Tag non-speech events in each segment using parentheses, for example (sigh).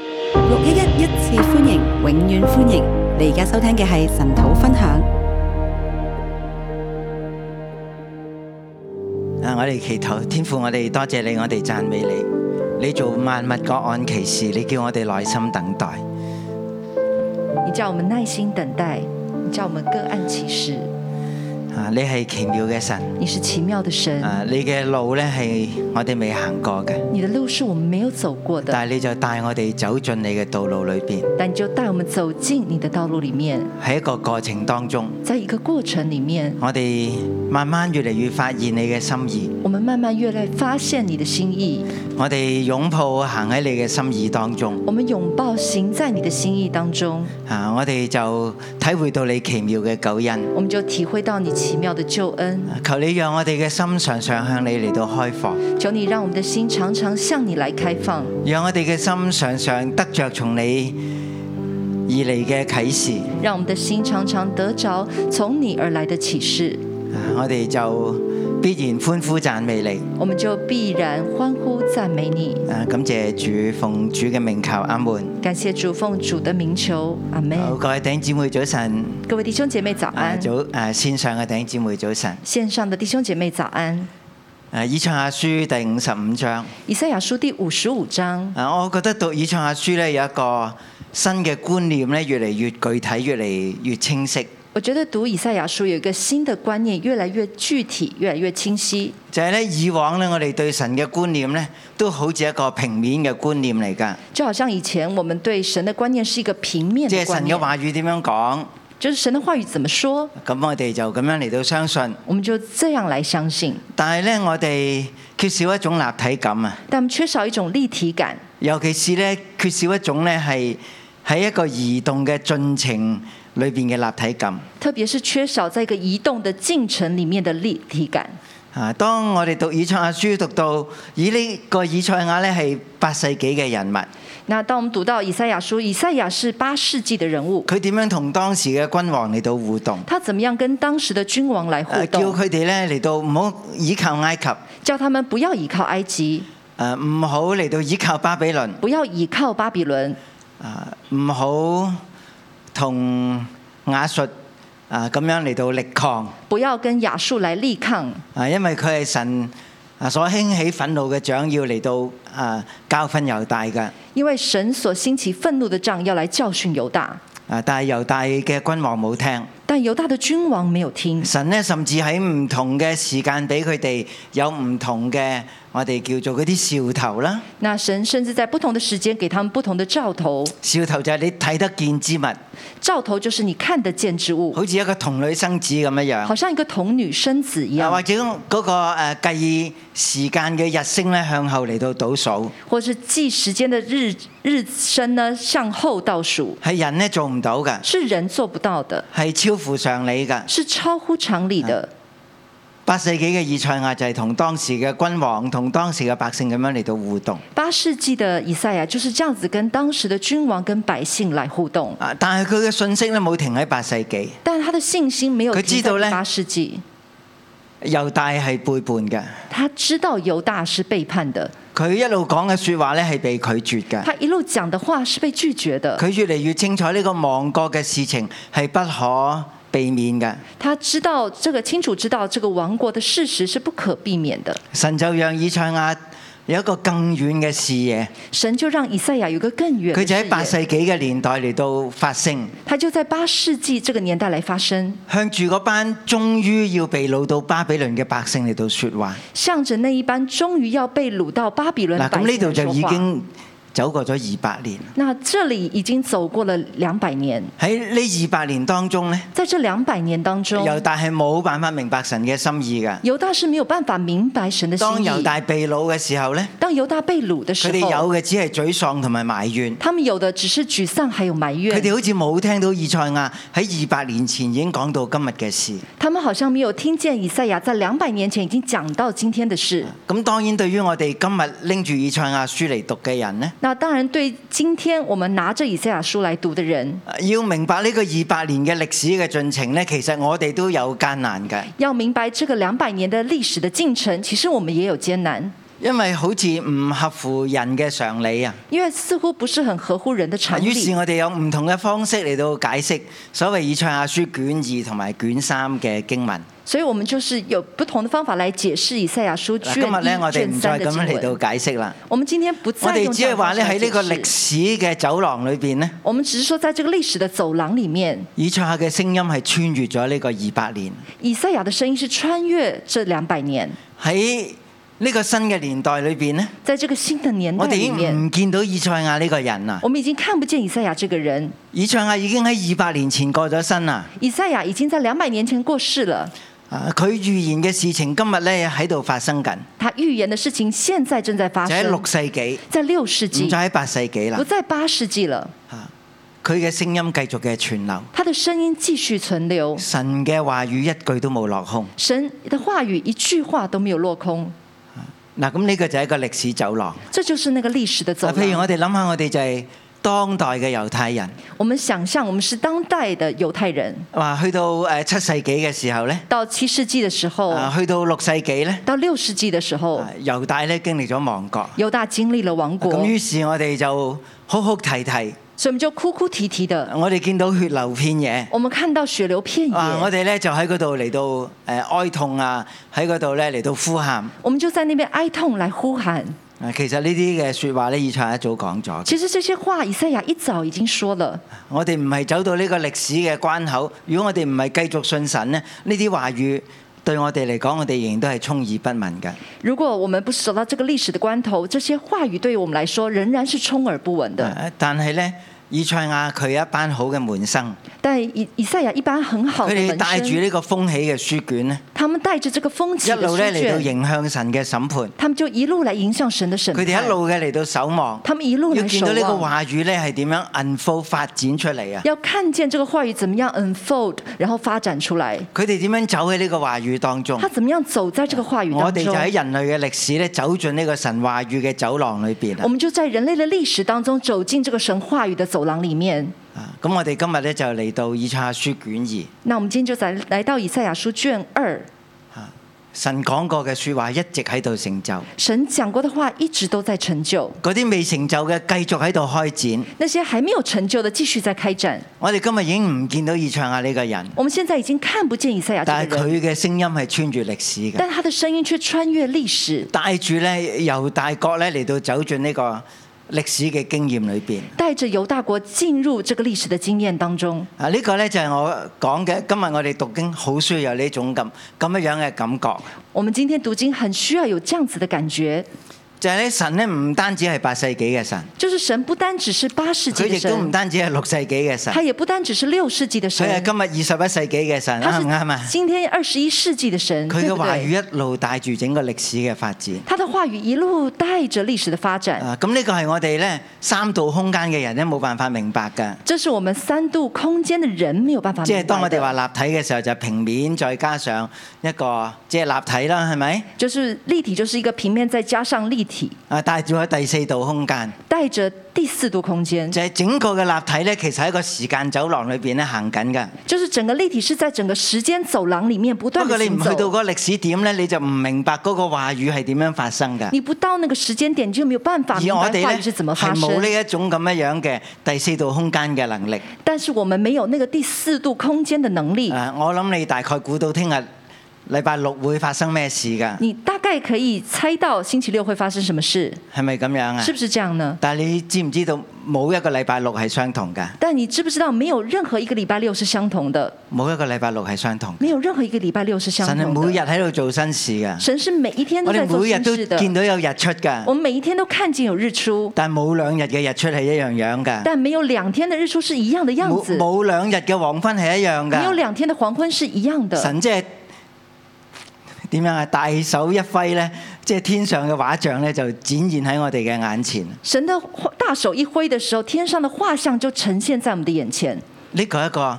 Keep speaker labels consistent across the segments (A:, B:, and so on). A: 一一一次歡迎，永遠歡迎！你而家收聽嘅係神土分享。
B: 啊！我哋祈禱，天父，我哋多謝你，我哋讚美你，你做萬物各按其時，你叫我哋耐心等待。
C: 你叫我们耐心等待，你叫我们各按其时。
B: 啊！你係奇妙嘅神，
C: 你是奇妙的神，
B: 啊！你嘅路咧係我哋未行過嘅，
C: 你的路是我们没有走过的，
B: 但係你就帶我哋走進你嘅道路裏邊，
C: 但你就带我们走进你的道路里面，
B: 喺一個過程當中，
C: 在一个过程里面，
B: 我哋慢慢越嚟越發現你嘅心意，
C: 我们慢慢越来发现你的心意，
B: 我哋擁抱行喺你嘅心意當中。
C: 我们拥抱行在你的心意当中，
B: 啊！我哋就體會到你奇妙嘅救恩。啊
C: 我们就体会到你奇妙的救恩。
B: 求你讓我哋嘅心常常向你嚟到開放，
C: 求你让我们的心常常向你来开放，
B: 讓我哋嘅心常常得着從你而嚟嘅啟示。
C: 让我们的心常常得着从你而来的启示，
B: 啊我哋就必然歡呼讚美你。
C: 我们就必然欢呼赞美你。
B: 啊，感謝主，奉主嘅名求，阿門。
C: 感谢主，奉主的名求，阿门。
B: 好，各位弟兄姊妹早晨，
C: 各位弟兄姐妹早
B: 啊
C: 安，
B: 早啊線上嘅弟兄姊妹早晨。
C: 线上的弟兄姐妹早安。
B: 啊，以賽亞書第五十五章。
C: 以赛亚书第五十五章，
B: 啊，我覺得讀以賽亞書咧有一個新嘅觀念咧，越嚟越具體，越嚟越清晰。
C: 我觉得读以赛亚书有一个新的观念，越来越具体，越来越清晰。
B: 就係咧，以往咧，我哋對神嘅觀念咧，都好似一個平面嘅觀念嚟㗎。
C: 就好像以前我们对神的观念是一个平面
B: 即
C: 的
B: 係
C: 观
B: 神
C: 念
B: 嘅，話語點樣講，
C: 就是神的话语怎么说，
B: 咁我哋就咁樣嚟到相信。
C: 我们就这样来相信。
B: 但係咧，我哋缺少一種立體感啊，
C: 但我们缺少一种立体感，
B: 尤其是咧缺少一種咧係喺一個移動嘅進程裏邊嘅立體感。
C: 特别是缺少在一个移动的进程里面的立体感。
B: 啊！當我哋讀以賽亞書讀到以呢個以賽亞咧係八世紀嘅人物，
C: 那当我们读到以赛亚书，以赛亚是八世纪的人物，
B: 佢點樣同當時嘅君王嚟到互動？
C: 他怎么样跟当时的君王来
B: 啊
C: 互
B: 叫
C: 动？
B: 佢哋咧嚟到唔好倚靠埃及。
C: 叫他们不要依靠埃及，
B: 誒唔好嚟到依靠巴比倫，
C: 不要依靠巴比伦，
B: 啊唔好同亞述啊咁樣嚟到力抗，
C: 不要跟亚述来力抗，
B: 啊因為佢係神啊所興起憤怒嘅長，要嚟到啊教訓猶大嘅，
C: 因为神所兴起愤怒的杖要来教训犹大，
B: 啊但係猶大嘅君王冇聽，
C: 但犹大的君王没有听。
B: 神呢甚至喺唔同嘅時間俾佢哋有唔同嘅我哋叫做嗰啲兆頭啦，
C: 那神甚至在不同的時間給他們不同的兆頭，
B: 兆頭就係你睇得見之物，
C: 兆頭就是你看得見之物，
B: 好似一個童女生子咁樣樣
C: 好。像一個童女生子一
B: 又或
C: 樣，
B: 者嗰個誒計時間嘅日升咧向後嚟到倒數，
C: 或是計時間的日日升呢向後倒數，
B: 係人咧做唔到嘅，
C: 是人做不到的，
B: 係超乎常理嘅。
C: 是超乎常理的。
B: 八世紀嘅以賽亞就係同當時嘅君王同當時嘅百姓咁樣嚟到互動。
C: 八世纪的以赛亚就是這樣子跟當時的君王跟百姓來互動，
B: 啊！但係佢嘅信息咧冇停喺八世紀，
C: 但他的信心沒有
B: 佢知
C: 停
B: 道
C: 在
B: 呢
C: 八世纪，
B: 猶大係背叛嘅，
C: 他知道猶大是背叛的，
B: 佢一路講嘅説話咧係被拒絕嘅。
C: 他一路講的話是被拒絕的，
B: 佢越嚟越清楚呢個亡國嘅事情係不可避免嘅。
C: 他知道這個清楚知道這個亡國的事實是不可避免的，
B: 神就讓以賽亞有一個更遠嘅視野。
C: 神就讓以賽亞有個更遠
B: 佢
C: 的
B: 就
C: 視
B: 喺八世
C: 野，
B: 紀嘅年代嚟到發聲，
C: 他就在八世紀這個年代來發生，
B: 向住嗰班終於要被擄到巴比倫嘅百姓嚟到說話。
C: 向着那一班終於要被擄到巴比倫
B: 嗱，
C: 百
B: 咁呢
C: 姓
B: 度
C: 來
B: 就
C: 說
B: 已
C: 話。
B: 經走過咗二百年。
C: 那這裡已經走過了兩百年，
B: 喺呢二百年當中呢，
C: 在這兩百年當中，
B: 猶大係冇辦法明白神嘅心意㗎。
C: 犹大是没有办法明白神的心
B: 當
C: 意。
B: 猶大被擄嘅時候呢，
C: 当犹大被掳的时
B: 佢哋有
C: 候，
B: 嘅只係沮喪同埋埋怨。
C: 他们有的只是沮丧，还有埋
B: 佢
C: 怨。
B: 哋好似冇聽到以賽亞喺二百年前已經講到今日嘅事。
C: 他们好像没有听见以赛亚在两百年前已经講到今天的事。
B: 咁當然對於我哋今日拎住以賽亞書嚟讀嘅人呢。
C: 那当然，对今天我们拿着以赛亚书来讀的人，
B: 要明白呢個二百年嘅歷史嘅進程呢，其實我哋都有艱難嘅。
C: 要明白这个两百年的历史的进程，其实我们也有艰难。
B: 因為好似唔合乎人嘅常理啊。
C: 因為似乎不是很合乎人的常
B: 於是
C: 理。
B: 我哋有唔同嘅方式嚟到解釋所謂以賽亞書卷二同埋卷三嘅經文。
C: 所以我們就是有不同的方法來解釋以賽亞書
B: 嗱，
C: 卷
B: 今日咧我哋
C: 一、卷
B: 唔
C: 三
B: 再
C: 的
B: 咁樣
C: 經
B: 嚟
C: 文。
B: 到解釋啦。
C: 我們今天不
B: 我
C: 再
B: 哋
C: 用
B: 只
C: 這樣
B: 係
C: 的
B: 話
C: 方式
B: 咧
C: 來
B: 喺呢
C: 解
B: 個歷
C: 釋。
B: 史嘅走廊裏邊咧，
C: 我們只是說，在這個歷史的走廊裡面，
B: 以賽亞嘅聲音係穿越咗呢個二百年。
C: 以賽亞的聲音是穿越這兩百年。
B: 喺呢個新嘅年代裏邊咧，
C: 在這個新的年代
B: 我哋已
C: 裡面，
B: 經唔見到以賽亞呢個人啦。
C: 我們已經看不見以賽亞這個人。
B: 以賽亞已經喺二百年前過咗身啦。
C: 以賽亞已經在兩百年前過世了，
B: 啊佢預言嘅事情今日咧喺度發生緊，
C: 他預言的事情現在正在發
B: 就喺
C: 生
B: 六，世紀，
C: 在六世
B: 唔
C: 紀，
B: 再喺八世紀啦
C: 不。在八世紀了。
B: 啊佢嘅聲音繼續嘅傳流，
C: 他的聲音繼續存留，
B: 神嘅話語一句都冇落空。
C: 神的話語一句話都沒有落空。
B: 嗱，咁呢個就係一個歷史走廊。
C: 這就是那個歷史的走
B: 嗱，譬如
C: 廊。
B: 我哋諗下，我哋就係當代嘅猶太人，
C: 我們想象我們是當代的猶太人，
B: 話去到誒七世紀嘅時候咧，
C: 到七世紀的時候，
B: 啊，去到六世紀咧，
C: 到六世紀的時候
B: 啊，猶大咧經歷咗亡國，
C: 猶大經歷了亡哦國，
B: 咁於是我哋就哭哭啼啼，
C: 所以我們就哭哭啼啼的。
B: 我哋見到血流遍野。
C: 我們看到血流遍野，
B: 啊！我哋咧就喺嗰度嚟到誒、呃哀痛啊，喺嗰度咧嚟到呼喊。
C: 我們就在那邊哀痛來呼喊。
B: 啊，其實呢啲嘅説話咧，以賽一早講咗。
C: 其實這些話，以賽亞一早已經說了。
B: 我哋唔係走到呢個歷史嘅關口，如果我哋唔係繼續信神咧，呢啲話語對我哋嚟講，我哋仍然都係充耳不聞嘅。
C: 如果我們不是走到這個歷史的關頭，這些話語對於我們來說仍然是充耳不聞的。
B: 啊但係咧，以賽亞佢有一班好嘅門生，
C: 但以以賽亞一般很好
B: 佢
C: 的
B: 哋
C: 門
B: 帶住
C: 生，
B: 呢個風起嘅書卷咧，
C: 他們帶着這個風起
B: 一
C: 的
B: 路咧
C: 書
B: 嚟到
C: 卷，
B: 迎向神嘅審判。
C: 他們就一路來迎向神的審
B: 佢哋一
C: 判。
B: 路嘅嚟到守望，
C: 他們一路
B: 要
C: 來
B: 見
C: 守
B: 到呢個
C: 望，
B: 話語咧係點樣 unfold 發展出嚟啊！
C: 要看見這個話語怎麼樣 unfold，然後發展出來。
B: 佢哋點樣走喺呢個話語當中
C: 他？怎麼樣走在這個話語
B: 我
C: 當
B: 哋就喺
C: 中？
B: 人類嘅歷史咧，走進呢個神話語嘅走廊裏邊
C: 我
B: 啊！
C: 們就在人類的歷史當中走進這個神話語的走廊裡面。
B: 啊咁我哋今日咧就嚟到以賽亞書卷
C: 那我們今天就來來到以賽亞書卷二，
B: 二，神講過嘅説話一直喺度成就，嗰
C: 神講過的話一直都在成就，
B: 啲未成就嘅繼續喺度開展。
C: 那些還沒有成就的繼續在開展。
B: 我哋今日已經唔見到以賽亞呢個人，
C: 我們現在已經看不見以賽亞
B: 但
C: 這
B: 係
C: 個人，
B: 佢嘅聲音係穿越歷史嘅，
C: 但他的聲音卻穿越歷史，
B: 帶住咧由大國咧嚟到走進呢個歷史嘅經驗裏邊。
C: 帶着猶大國進入這個歷史的經驗當中。
B: 啊！呢、個呢就係我講嘅，今日我哋讀經好需要有呢種咁咁樣樣嘅感覺，
C: 我們今天讀經很需要有這樣子的感覺，
B: 就係、呢神呢唔單止係八世紀嘅神，
C: 就是神不單只是八世
B: 佢
C: 紀的
B: 亦都唔
C: 神，
B: 單止係六世紀嘅神，
C: 他也不單只是六世紀的
B: 佢係
C: 神，
B: 今日二十一世紀嘅神，
C: 他
B: 啱唔啱
C: 是
B: 啊？
C: 今天二十一世紀的神，
B: 佢嘅
C: 對不
B: 話語
C: 對？
B: 一路帶住整個歷史嘅發展。
C: 他的話語一路帶着歷史的發展，
B: 啊！咁呢個係我哋呢三度空間嘅人呢冇辦法明白㗎。
C: 這是我們三度空間的人沒有辦法
B: 即
C: 明白
B: 係
C: 的。
B: 當我哋話立體嘅時候，就係平面再加上一個即係立體啦，係咪？
C: 就是立體，就是一個平面，再加上立體，
B: 啊，帶住喺第四度空間。
C: 帶着第四度空間，
B: 就係整個嘅立體咧，其實喺一個時間走廊裏邊咧行緊嘅。
C: 就是整個立體是在整個時間走廊裡面不
B: 不
C: 斷
B: 過
C: 的
B: 你唔
C: 行
B: 去到嗰
C: 走。
B: 個歷史點咧，你就唔明白嗰個話語係點樣發生嘅。
C: 你不到那個時間點，你就沒有辦法
B: 而
C: 明白
B: 我
C: 話
B: 哋咧
C: 語是怎麼
B: 係
C: 發
B: 冇呢
C: 生。
B: 一種咁樣樣嘅第四度空間嘅能力。
C: 但是我們沒有那個第四度空間的能力。
B: 啊，我諗你大概估到聽日禮拜六會發生咩事㗎？
C: 你大概可以猜到星期六會發生什麼事，
B: 係咪咁樣啊
C: 是？不是這樣呢？
B: 但係你知唔知道冇一個禮拜六係相同㗎？
C: 但你知不知道，沒有任何一個禮拜六是相同的，
B: 冇一個禮拜六係相同。
C: 沒有任何一個禮拜六是相
B: 神係
C: 同
B: 每日
C: 的。
B: 喺度做新事㗎。
C: 神是每一天都
B: 我
C: 在
B: 哋
C: 做
B: 每日
C: 新
B: 啊都
C: 事的，
B: 見到有日出㗎
C: 我，們每一天都看見有日出，
B: 但冇兩日嘅日出係一樣樣㗎。
C: 但没有兩天的日出是一樣的樣
B: 冇
C: 子，
B: 冇兩日嘅黃昏係一樣
C: 没有
B: 㗎。
C: 兩天的黃昏是一樣的。
B: 神即係點樣啊？大手一揮咧，即係天上嘅畫像咧，就展現喺我哋嘅眼前。
C: 神的大手一揮的時候，天上的畫像就呈現在我們的眼前。
B: 呢個係一個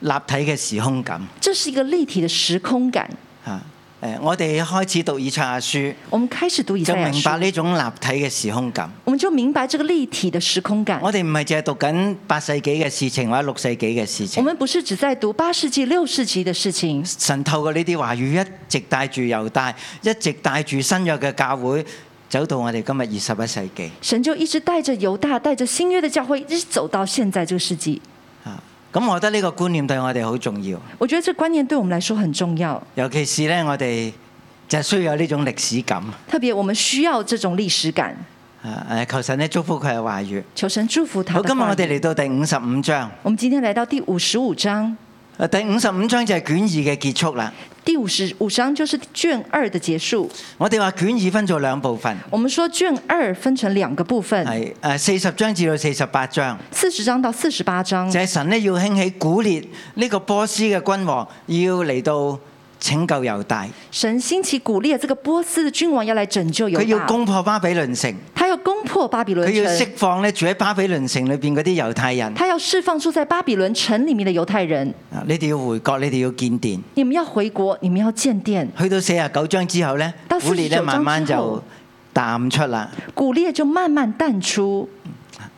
B: 立體嘅時空感
C: 這是一個立體的時空感，
B: 啊！誒，我哋開始讀以賽亞書，
C: 我们开始讀以
B: 就
C: 赛亚
B: 明白
C: 書，
B: 呢種立體嘅時空感。
C: 我們就明白這個立體的時空感。
B: 我哋唔係淨係讀緊八世紀嘅事情或者六世紀嘅事
C: 我
B: 情，
C: 們不是只在讀八世紀、六世紀的事情，
B: 神透過呢啲話語一直帶住猶大，一直帶住新約嘅教會，走到我哋今日二十一世紀。
C: 神就一直帶着猶大、帶着新約的教會，一直走到現在這個世紀。
B: 啊，咁我覺得呢個觀念對我哋好重要，
C: 我覺得這觀念對我們來說很重要，
B: 尤其是呢，我哋就係需要有呢種歷史感。
C: 特別我們需要這種歷史感。
B: 啊誒，求神咧祝福佢嘅話語。
C: 求神祝福他
B: 好，
C: 的
B: 今日
C: 話
B: 我
C: 語。
B: 哋嚟到第五十五章，
C: 我們今天來到第五十五章，
B: 啊第五十五章就係卷二嘅結束啦。
C: 第五十五章就是卷二的結束。
B: 我哋話卷二分做兩部分，
C: 我們說卷二分成兩個部分，
B: 係誒四十章至到四十八章，
C: 四十章到四十八章
B: 就，係、神咧要興起古列呢個波斯嘅君王，要嚟到拯救猶大，
C: 神興起鼓勵這個波斯的君王要來拯救
B: 佢
C: 猶
B: 要
C: 大，
B: 攻破巴比倫城，
C: 他要攻破巴比倫
B: 佢要
C: 城，
B: 釋放咧住喺巴比倫城裏邊嗰啲猶太人。
C: 他要釋放出在巴比倫城裡面的猶太人。
B: 啊你哋要回國，你哋要建殿。
C: 你們要回國，你們要建殿。
B: 去到四十九章之後呢，
C: 到
B: 古列
C: 49章之
B: 咧
C: 後
B: 慢慢就淡出啦。
C: 鼓勵就慢慢淡出，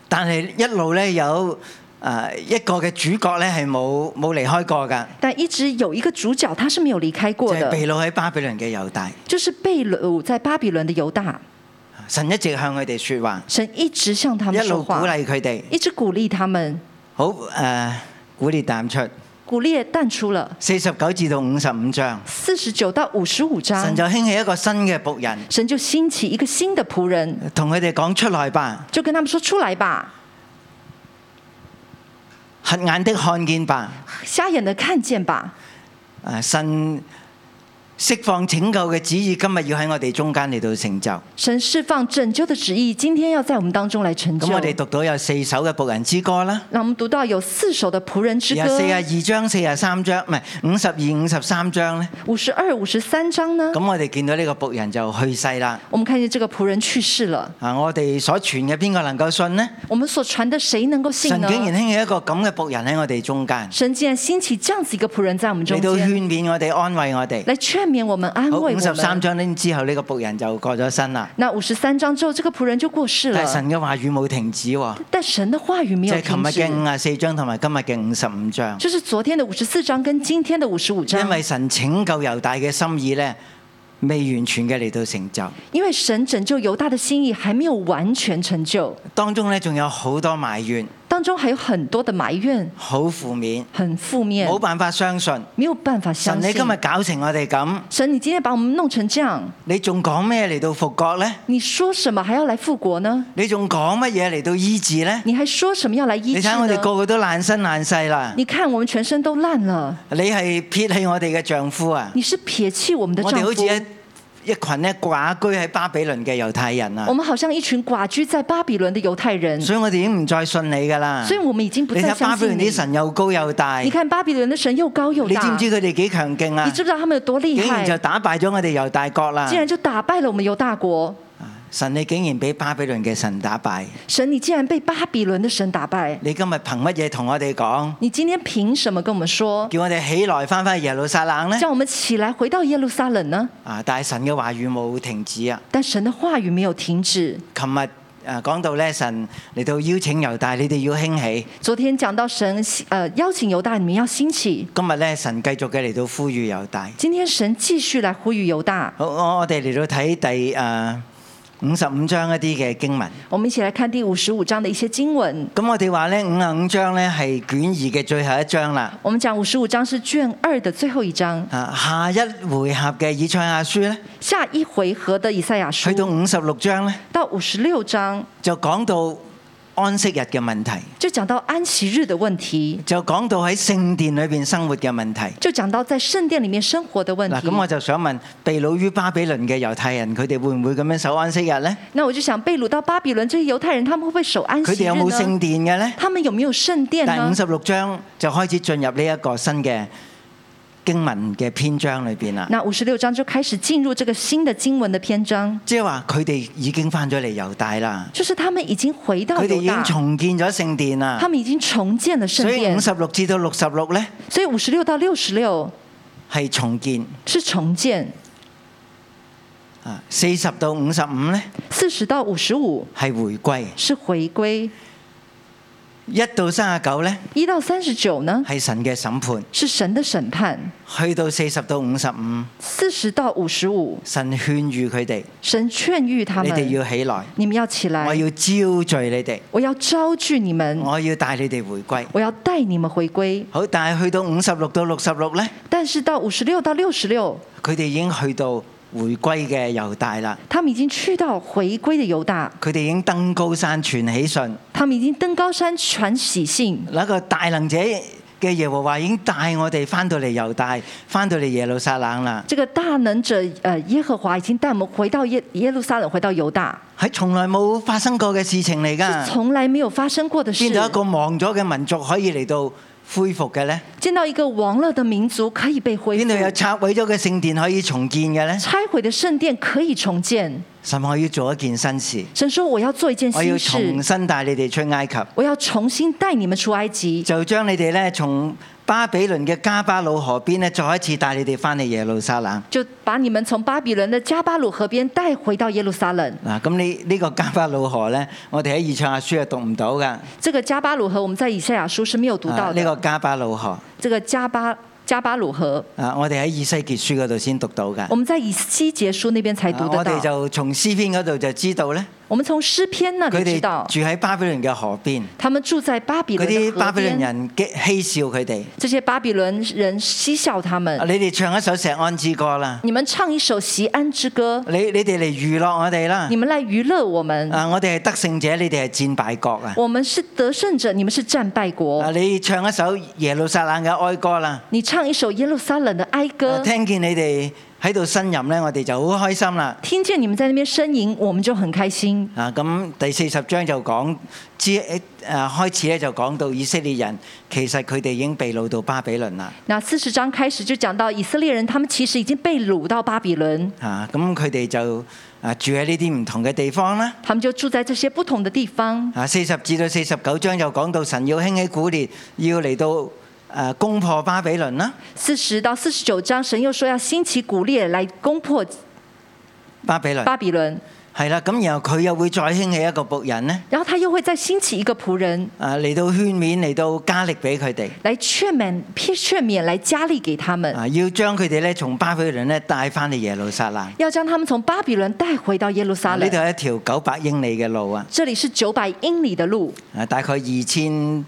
B: 但係一路呢，有誒一個嘅主角呢係冇冇離開過㗎，
C: 但一直有一個主角他是沒有離開
B: 就
C: 過
B: 係
C: 的，
B: 被擄喺巴比倫嘅猶大。
C: 就是被擄在巴比倫的猶大。
B: 神一直向佢哋説話，
C: 神一直向他
B: 一
C: 們
B: 路
C: 說
B: 鼓
C: 話，
B: 勵佢哋。
C: 一直鼓勵他們。
B: 好誒、呃古列淡出
C: 古列淡出了
B: 四十九至到五十五章，
C: 四十九到五十五章
B: 神，就興起一個新嘅仆人，
C: 神就興起一個新的僕人，
B: 同佢哋講出來吧，
C: 就跟他們說：“出來吧，
B: 瞎眼的看見吧。
C: 瞎眼的看見吧。
B: 誒神釋放拯救嘅旨意，今日要喺我哋中間嚟到成就。咁
C: 神釋放拯救的旨意，今天要在我們當中來成就。”
B: 我哋讀到有四首嘅仆人之歌啦，
C: 让我们讀到有四首的僕人之
B: 然後
C: 歌
B: 四，十二章、四十三章，唔係五十二、五十三章咧。
C: 五十二、五十三章呢？
B: 咁我哋見到呢個仆人就去世啦。
C: 我們看見這個僕人去世了，
B: 啊，我哋所傳嘅邊個能夠信呢？
C: 我們所傳的誰能夠信
B: 神
C: 呢？
B: 竟然興起一個咁嘅僕人喺我哋中間，
C: 神竟然興起這樣子一個僕人在我們中
B: 嚟到勸
C: 間，
B: 勉我哋、安慰我哋。
C: 來勸勉我們、安
B: 好，五
C: 慰我
B: 十三
C: 們。
B: 章呢之後，呢個仆人就過咗身啦。
C: 那五十三章之後，這個僕人就過世
B: 但
C: 了
B: 係。神嘅話語冇停止喎，
C: 但神的話語沒
B: 即
C: 有
B: 係琴
C: 停
B: 日
C: 止，
B: 嘅五十四章同埋今日嘅五十五章。
C: 就是昨天的五十四章跟今天的五十五章
B: 因，為神拯救猶大嘅心意呢，未完全嘅嚟到成就，
C: 因為神拯救猶大的心意還沒有完全成就，
B: 當中呢，仲有好多埋怨，
C: 當中還有很多的埋怨，
B: 好負面，
C: 很負面，
B: 冇辦法相信
C: 沒有辦法
B: 神
C: 相
B: 你
C: 信
B: 今。日搞成我哋咁，
C: 神，你今天把我們弄成這樣，
B: 你仲講咩嚟到復國呢？
C: 你說什麼還要來復國呢？
B: 你仲講乜嘢嚟到醫治呢？
C: 你還說什麼要來
B: 你
C: 醫治
B: 睇我哋
C: 呢？
B: 個個都爛身爛世啦，
C: 你看我們全身都爛了，
B: 你係撇棄我哋嘅丈夫啊！
C: 你是撇棄我們的
B: 我
C: 丈
B: 哋好似
C: 夫。
B: 一一群咧寡居喺巴比倫嘅猶太人啊
C: 我，們好像一群寡居在巴比倫的猶太人，
B: 所以我哋已經唔再信你噶啦
C: 所。以我們已經不
B: 啊你
C: 再
B: 睇巴
C: 相
B: 比倫
C: 信你
B: 啲。神又高又大，
C: 你
B: 你知
C: 看巴比倫的神又高又大，
B: 唔知佢哋幾強勁啊
C: 你？知不知道他們有多厲
B: 竟
C: 害
B: 然？就打敗咗我哋猶大國啦啊
C: 竟！然就打敗了我們猶大國。
B: 神你竟然俾巴比倫嘅神打敗，
C: 神，你竟然被巴比倫的神打敗，
B: 你今日憑乜嘢同我哋講，
C: 你今天憑什麼跟我們說，
B: 叫我哋起來翻返耶路撒冷呢？
C: 叫我們起來回到耶路撒冷呢？
B: 啊！但係神嘅話語冇停止啊！
C: 但神的話語沒有停止。
B: 琴日誒講到咧，神嚟到邀請猶大，你哋要興起。
C: 昨天講到神，呃，邀請猶大，你們要興起。
B: 今日咧，神繼續嘅嚟到呼籲猶大。
C: 今天神繼續來呼籲猶大，
B: 好，我我哋嚟到睇第誒五十五章一啲嘅經文。
C: 我們一起來看第五十五章的一些經文。
B: 咁我哋話咧，五十五章咧係卷二嘅最後一章啦。
C: 我們講五十五章是卷二的最後一章，
B: 啊，下一回合嘅以賽亞書咧，
C: 下一回合的以賽亞
B: 去到
C: 書
B: 五十六章咧，
C: 到五十六章，
B: 就講到安息日嘅問題，
C: 就講到安息日的問題，
B: 就講到喺聖殿裏邊生活嘅問題。
C: 就講到在聖殿裡面生活的問
B: 嗱，
C: 題。
B: 咁我就想問，被擄於巴比倫嘅猶太人，佢哋會唔會咁樣守安息日呢？
C: 那我就想，被擄到巴比倫这些猶太人，他们會不會守安
B: 佢哋
C: 息日
B: 有
C: 呢？
B: 冇聖殿嘅呢？
C: 他們有沒有聖殿
B: 第
C: 呢
B: 五？十六章就開始進入呢一個新嘅經文嘅篇章裏邊啦，
C: 那五十六章就開始進入這個新的經文的篇章，
B: 即係話佢哋已經翻咗嚟猶大啦，
C: 就是他們已經回到
B: 佢哋已經
C: 猶大，
B: 重建咗聖殿啦
C: 他。們已經重建了聖
B: 所以
C: 殿
B: 五，十六至到六十六呢，
C: 所以五十六到六十六
B: 係重建，
C: 是重建，
B: 啊，四十到五十五呢，
C: 四十到五十五
B: 係回歸；
C: 是回歸，
B: 一到三十九呢，
C: 一到三十九呢
B: 係神嘅審判；
C: 是神的審判，
B: 去到四十到五十五，
C: 四十到五十五
B: 神勸喻佢哋：
C: 神勸喻他
B: 你
C: 們，
B: 哋要起來，
C: 你們要起來，
B: 我要哦招聚你哋，
C: 我要招聚你們，
B: 我要帶你哋回歸。
C: 我要帶你們回歸。
B: 好，但係去到五十六到六十六呢，
C: 但是到五十六到六十六，
B: 佢哋已經去到回歸嘅猶大啦。
C: 他們已經去到回歸的猶大，
B: 佢哋已經登高山傳喜信，
C: 他們已經登高山傳喜信。
B: 嗱一個大能者嘅耶和華已經帶我哋翻到嚟猶大，翻到嚟耶路撒冷啦。
C: 這個大能者，呃，耶和華已經帶我們回到耶耶路撒冷，回到猶大，
B: 係從來冇發生過嘅事情嚟
C: 是
B: 㗎。
C: (laughs) 從來沒有發生過的事
B: 邊。啊度一個亡咗嘅民族可以嚟到恢復嘅呢？
C: 見到一個亡了的民族可以被恢
B: 邊度有
C: 復，
B: 拆毀咗嘅聖殿可以重建嘅呢？
C: 拆毀的聖殿可以重建。
B: 神話要做一件新事，
C: 神說：“我要做一件
B: 我要
C: 新
B: 重
C: 事，
B: 新帶你哋出埃及，
C: 我要重新帶你們出埃及，
B: 就將你哋呢從巴比倫嘅加巴魯河邊呢，再一次帶你哋翻嚟耶路撒冷。
C: 就把你們從巴比倫的加巴魯河邊帶回到耶路撒冷。
B: 嗱，咁呢呢個加巴魯河呢，我哋喺以賽亞書係啊讀唔到㗎。
C: 這個加巴魯河，我們在以賽亞書是沒有讀
B: 啊
C: 到
B: 呢
C: 的。
B: 個加巴魯河
C: 這個加巴加巴魯河，
B: 啊，我哋喺以西結書嗰度先讀到㗎。
C: 我們在以西結書那邊才讀
B: 啊
C: 得
B: 我哋
C: 到。
B: 就從詩篇嗰度就知道呢，
C: 我們從詩篇那
B: 佢哋
C: 裡啊知道，
B: 住喺巴比倫嘅河邊，
C: 他們住在巴比倫
B: 嗰
C: 的
B: 啲
C: 河
B: 巴比倫
C: 邊。
B: 人激嬉笑佢哋。
C: 這些巴比倫人嬉笑他
B: 啊
C: 們。
B: 你哋唱一首石安之歌啦，
C: 你們唱一首《錫安之歌》，
B: 你你哋嚟娛樂我哋啦
C: 你。們來娛樂我們。
B: 啊，我哋係得勝者，你哋係戰敗國啊。
C: 我們是得勝者，你們是戰敗
B: 啊，
C: 國。
B: 你唱一首耶路撒冷嘅哀歌啦。
C: 你唱一首耶路撒冷的哀
B: 啊
C: 歌，
B: 聽見你哋喺度呻吟呢，我哋就好開心啦。
C: 聽見你們在那邊呻吟，我們就很開心。
B: 啊，咁第四十章就講之誒開始咧，就講到以色列人其實佢哋已經被擄到巴比倫啦。
C: 那四十章開始就講到以色列人，他們其實已經被擄到巴比倫，
B: 啊，咁佢哋就啊住喺呢啲唔同嘅地方啦。
C: 他們就住在這些不同的地方。
B: 啊，四十至到四十九章又講到神要興起古列，要嚟到誒攻破巴比倫啦。
C: 四十到四十九章，神又說要興起古列來攻破
B: 巴比倫
C: 巴比倫，
B: 係啦，咁然後佢又會再興起一個僕人呢，
C: 然後他又會再興起一個僕人
B: 啊嚟到勸勉，嚟到加力俾佢哋，
C: 來勸勉、勸勉來加力給他們，
B: 啊要將佢哋咧從巴比倫咧帶翻嚟耶路撒冷。啊
C: 要將他們從巴比倫帶回到耶路撒
B: 呢
C: 冷
B: 度。係一條九百英里嘅路啊！
C: 這裡是九百英里的路，
B: 啊，大概二千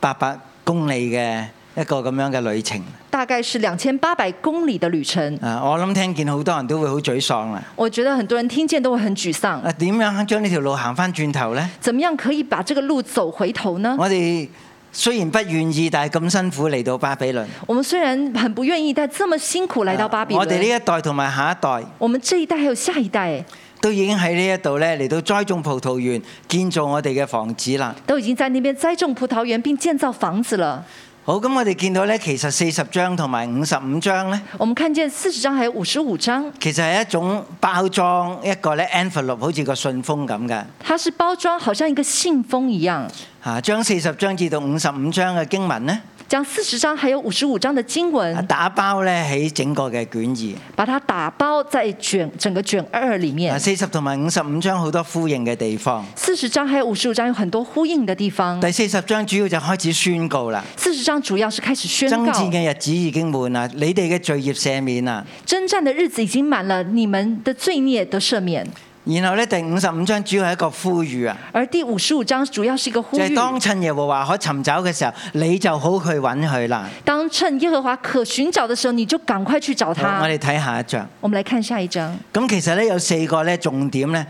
B: 八百公里嘅一個咁樣嘅旅程。
C: 大概是兩千八百公里的旅程。
B: 啊，我諗聽見好多人都會好沮喪啦。
C: 我覺得很多人聽見都會很沮喪。
B: 啊，點樣將呢條路行翻轉頭呢？
C: 怎麼樣可以把這個路走回頭呢？
B: 我哋雖然不願意，但係咁辛苦嚟到巴比倫。
C: 我們雖然很不願意，但這麼辛苦來到巴比
B: 啊我哋呢
C: 倫，
B: 一代同埋下一代
C: 我們這一代還有下一代，
B: 都已經喺呢一度呢嚟到栽種葡萄園，建造我哋嘅房子啦。
C: 都已經在那邊栽種葡萄園並建造房子了。
B: 好，咁我哋見到呢，其實四十章同埋五十五章呢，
C: 我們看見四十章還有五十五章，
B: 其實係一種包裝一個呢 envelope，好似個信封咁嘅。
C: 它是包裝，好像一個信封一樣，
B: 啊，將四十章至到五十五章嘅經文呢，
C: 將四十章還有五十五章的經
B: 啊
C: 文，
B: 打包呢喺整個嘅卷二。
C: 把它打包在卷整個卷二裡
B: 啊，
C: 面。
B: 四十同埋五十五章好多呼應嘅地方。
C: 四十章還有五十五章有很多呼應的地方。
B: 第四十章主要就開始宣告啦，
C: 四十章主要是開始宣
B: 爭
C: 告，
B: 戰嘅日子已經滿啦，你哋嘅罪孽赦免啦。
C: 征戰的日子已經滿了，你們的罪孽得赦免。
B: 然後呢，第五十五章主要係一個呼籲啊，
C: 而第五十五章主要是一個呼
B: 就係、當
C: 籲：
B: 趁耶和華可尋找嘅時候，你就好去揾佢啦。
C: 當趁耶和華可尋找的時候，你就趕快去找
B: 好我
C: 他。
B: 哋睇下一章。
C: 我們來看下一章。
B: 咁其實呢，有四個呢重點呢，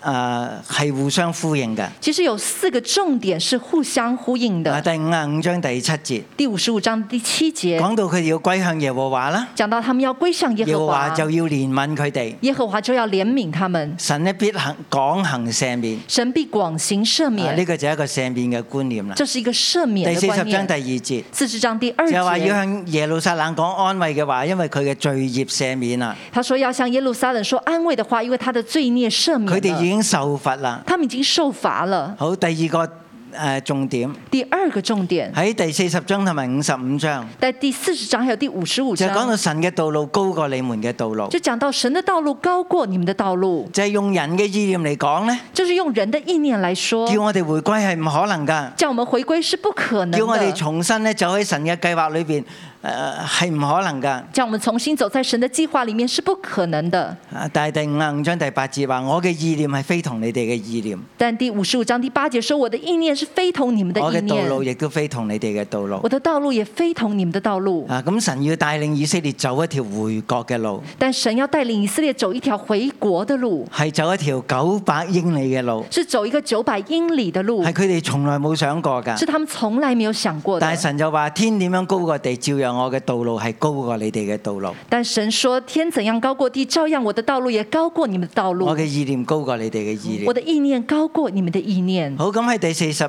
B: 啊係互相呼應嘅。
C: 其實有四個重點是互相呼應
B: 啊，
C: 的。
B: 第五啊五章第七節。
C: 第五十五章第七節
B: 講到佢哋要歸向耶和華啦，
C: 講到他們要歸向耶
B: 耶
C: 和
B: 和華
C: 華，
B: 就要憐憫佢哋，
C: 耶和華就要憐憫他們，
B: 神呢必行廣行赦免。
C: 神必廣行赦
B: 啊呢
C: 免。
B: 個就係一個赦免嘅觀念啦。
C: 這是一個赦
B: 第
C: 免的
B: 四
C: 觀
B: 十章第二
C: 念。
B: 節
C: 四十章第二
B: 就係話要
C: 節，
B: 向耶路撒冷講安慰嘅話，因為佢嘅罪孽赦免啊啦，
C: 他說要向耶路撒冷說安慰的話，因為他的罪孽赦免
B: 佢哋已
C: 了，
B: 經受罰啦。
C: 他們已經受罰了。
B: 好，第二個誒重點
C: 第二个重点，
B: 喺第四十章同埋五十五章，
C: 在第四十章还有第五十五
B: 就講到
C: 章，
B: 神嘅道路高過你們嘅道路，
C: 就讲到神的道路高过你们的道路，
B: 就係用人嘅意念嚟講呢，
C: 就是用人的意念来说，
B: 叫我哋回歸係唔可能㗎，
C: 叫我们回归是不可能
B: 叫我哋
C: 的，
B: 重新咧走喺神嘅計劃裏邊，誒係唔可能㗎。
C: 叫我们重新走在神的计划里面是不可能的。
B: 啊但係第五十五章第八節話：我嘅意念係非同你哋嘅意念，
C: 但第五十五章第八节说：“我的意念是非同你们的
B: 我
C: 意
B: 嘅道
C: 念，
B: 路亦都非同你哋嘅道路
C: 我。的道路也非同你们的道路。
B: 啊，咁神要帶領以色列走一條回國嘅路，
C: 但神要带领以色列走一条回国的路，
B: 係走一條九百英里嘅路，
C: 是走一个九百英里的路
B: 係，佢哋從來冇想過㗎
C: 是。他们從來没有想过
B: 但
C: 的
B: 係。神就話：天點樣高過地，照樣我嘅道路係高過你哋嘅道路，
C: 但神说：天怎样高过地，照样我的道路也高过你们的道路
B: 我，嘅意念高過你哋嘅意
C: 我
B: 念。
C: 的意念高过你们的意念。
B: 好，咁喺第四十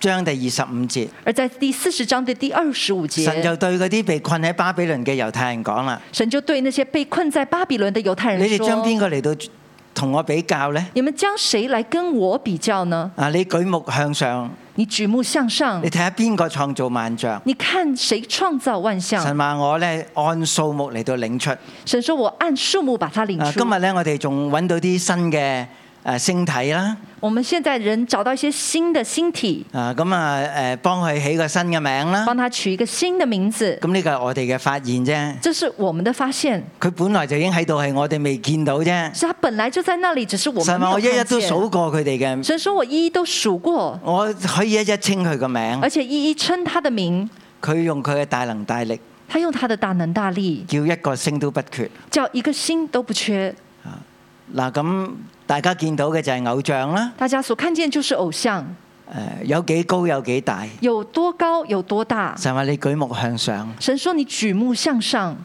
B: 章第二十五節，”
C: 而在第四十章的第二十五
B: 神
C: 节，
B: 就對嗰啲被困喺巴比倫嘅猶太人講啦：
C: 神就对那些被困在巴比伦的犹太
B: 你
C: 人
B: 哋將邊
C: 说
B: 個嚟到同我比較呢？：“
C: 你们将谁来跟我比较呢？
B: 啊，你舉目向上，
C: 你举目向上
B: 你，睇下邊個創造萬象。
C: 你看谁创造万象？
B: 神話我呢，按數目嚟到領出。
C: 神说：“我按数目把它领
B: 啊，
C: 出
B: 今。日咧，我哋仲揾到啲新嘅誒星體啦，”
C: 我们现在人找到一些新的星体，
B: 啊咁啊誒，幫佢起個新嘅名啦。
C: 帮它取一个新的名字，
B: 咁呢個係我哋嘅發現啫，
C: 这是我们的发现，
B: 佢本來就已經喺度，係我哋未見到啫。
C: 是它本来就在那里，只是我
B: 神
C: 们
B: 話我
C: 没
B: 一
C: 有
B: 一
C: 看
B: 都數
C: 见。
B: 過佢哋嘅，
C: 神说：“我一一都数过，
B: 我可以一一稱佢個名
C: 而。且一一称他的名。
B: 佢用佢嘅大能大力，
C: 他用他的大能大力，
B: 叫一個星都不缺。
C: 叫一个星都不缺。
B: 嗱，咁大家見到嘅就係偶像啦，
C: 大家所看见就是偶像，
B: 誒有幾高有幾大。
C: 有多高有多大。
B: 神話你舉目向上，
C: 神说：你举目向上，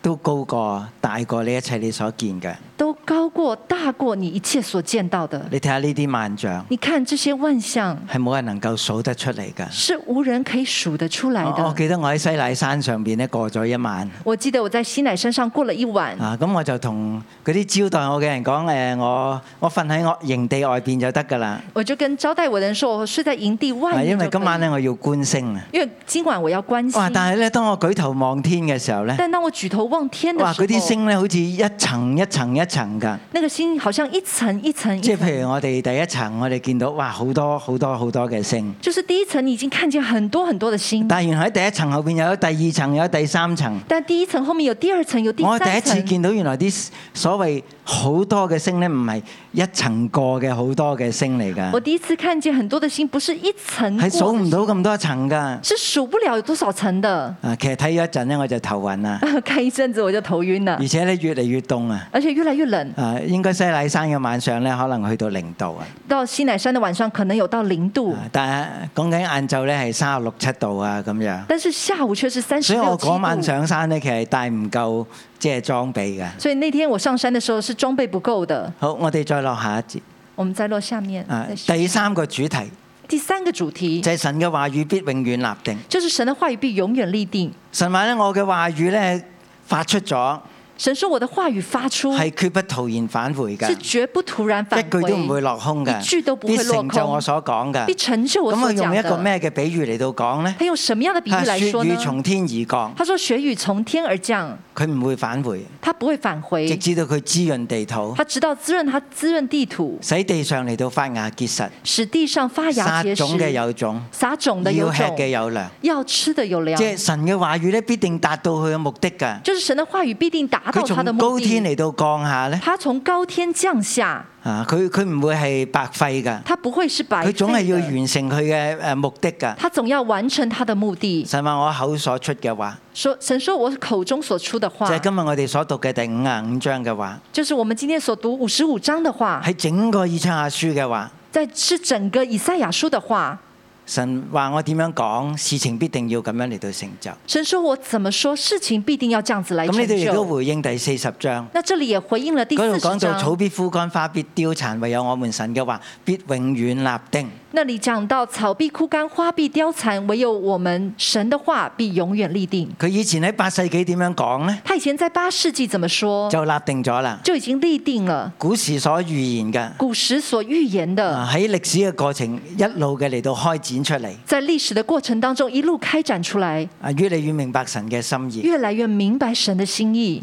B: 都高過大過你一切你所見嘅。
C: 都高过大过你一切所见到的。
B: 你睇下呢啲萬象。
C: 你看这些万象
B: 係冇人能夠數得出嚟㗎。
C: 是无人可以数得出来
B: 我我
C: 的。
B: 記得我喺西乃山上邊咧過咗一晚，
C: 我記得我在西乃山上過了一晚，
B: 啊咁我就同嗰啲招待我嘅人講誒、我我瞓喺我營地外邊就得㗎啦，
C: 我就跟招待我的人說，我睡在營地外
B: 啊
C: 面
B: 因
C: 就可以。
B: 為今晚咧我要觀星啊。
C: 因為今晚我要關心。
B: 哇！但係咧，當我舉頭望天嘅時候咧，
C: 但當我舉頭望天的
B: 哇！
C: 時候，
B: 嗰啲星咧好似一層一層一層㗎，
C: 那個星好像一層一層一
B: 即
C: 層。
B: 係譬如我哋第一層，我哋見到哇好多好多好多嘅星，
C: 就是第一層你已經看見很多很多的星，
B: 但係原來喺第一層後邊有第二層，有第三層。
C: 但第一層後面有第二層，有第
B: 我哦第一
C: 三
B: 次
C: 層。
B: 見到原來啲所謂好多嘅星咧，唔係一層過嘅好多嘅星嚟
C: 我
B: 㗎，
C: 第一次看見很多的星，不是一層過
B: 係
C: 的
B: 數唔到咁多層㗎。
C: 是數不了有多少層的。 (laughs)
B: 啊，其實睇咗一陣咧，我就頭暈啦，
C: 看一陣子我就頭暈了
B: 而，且咧越嚟越凍啊！
C: 而且越來越冷。
B: 啊，應該西乃山嘅晚上咧，可能去到零度啊，
C: 到西乃山的晚上可能有到零度，
B: 啊但係講緊晏晝咧係三十六七度啊咁樣，
C: 但是下午卻是三十
B: 所以
C: 六
B: 我
C: 七
B: 嗰晚
C: 度。
B: 上山咧，其實帶唔夠即係裝備㗎。
C: 所以那天我上山的時候是裝備不夠的。
B: 好，我哋再落下一節
C: 我們再落下面。
B: 啊，
C: 再
B: 第三個主題
C: 第三個主題
B: 就係神嘅話語必永遠立定。
C: 就是神的話語必永遠立定。
B: 神話咧，我嘅話語咧發出咗，
C: 神說我的話語發出
B: 係決不徒然返回㗎，
C: 是絕不突然
B: 一
C: 返
B: 句都唔會
C: 回，
B: 落空㗎，
C: 一句都不會
B: 必
C: 落空
B: 成就我所講
C: 必
B: 㗎。
C: 成就我
B: 咁
C: 所
B: 我
C: 講
B: 用一個
C: 的。
B: 咩嘅比喻嚟到講呢？
C: 他用什麼樣的比喻
B: 啊
C: 來
B: 雪
C: 說
B: 雨
C: 呢？
B: 從天而降，
C: 他說雪雨從天而降，
B: 佢唔會返回，
C: 它不會返
B: 直
C: 回，
B: 至到佢滋潤地土，
C: 它直到滋潤它滋潤地土，
B: 使地上嚟到發芽結實，
C: 使地上發芽
B: 撒
C: 結
B: 種嘅
C: 實。
B: 有種，
C: 撒種的有
B: 要吃嘅
C: 種，
B: 有糧。
C: 要吃的有
B: 即係
C: 糧，
B: 神嘅話語咧，必定達到佢嘅目的㗎。
C: 就是神的話語必定達
B: 佢
C: 到他的
B: 從
C: 目
B: 高天
C: 的。
B: 嚟到降下咧，
C: 他從高天降下，
B: 啊，佢佢唔會係白費㗎，
C: 他不會是白
B: 佢總係
C: 費
B: 要
C: 的，
B: 完成佢嘅誒目的㗎。
C: 他總要完成他的目的。
B: 神話我口所出嘅話，
C: 说神说我口中所出的
B: 就
C: 话
B: 係，今日我哋所讀嘅第五十五章嘅話，
C: 就是我們今天所讀五十五章的話，
B: 係整個以賽亞書嘅話，
C: 在是整個以賽亞書的話，
B: 神話我點樣講，事情必定要咁樣嚟到成就。
C: 神说我怎么说，事情必定要这样子来
B: 咁呢
C: 成
B: 度亦都
C: 就。
B: 回應第四十章。
C: 那这里也回应了第
B: 嗰
C: 四
B: 度講
C: 十
B: 到草
C: 章，
B: 必枯乾，花必凋殘，唯有我們神嘅話必永遠立定。
C: 那里讲到草必枯干，花必凋残，唯有我们神的话必永远立定。
B: 佢以前喺八世紀點樣講呢？
C: 他以前在八世纪怎么说，
B: 就立定咗啦。
C: 就已经立定了。
B: 古時所預言嘅，
C: 古时所预言的，
B: 啊喺歷史嘅過程一路嘅嚟到開展出嚟，
C: 在历史的过程当中一路开展出来，
B: 啊越嚟越明白神嘅心意。
C: 越来越明白神的心意。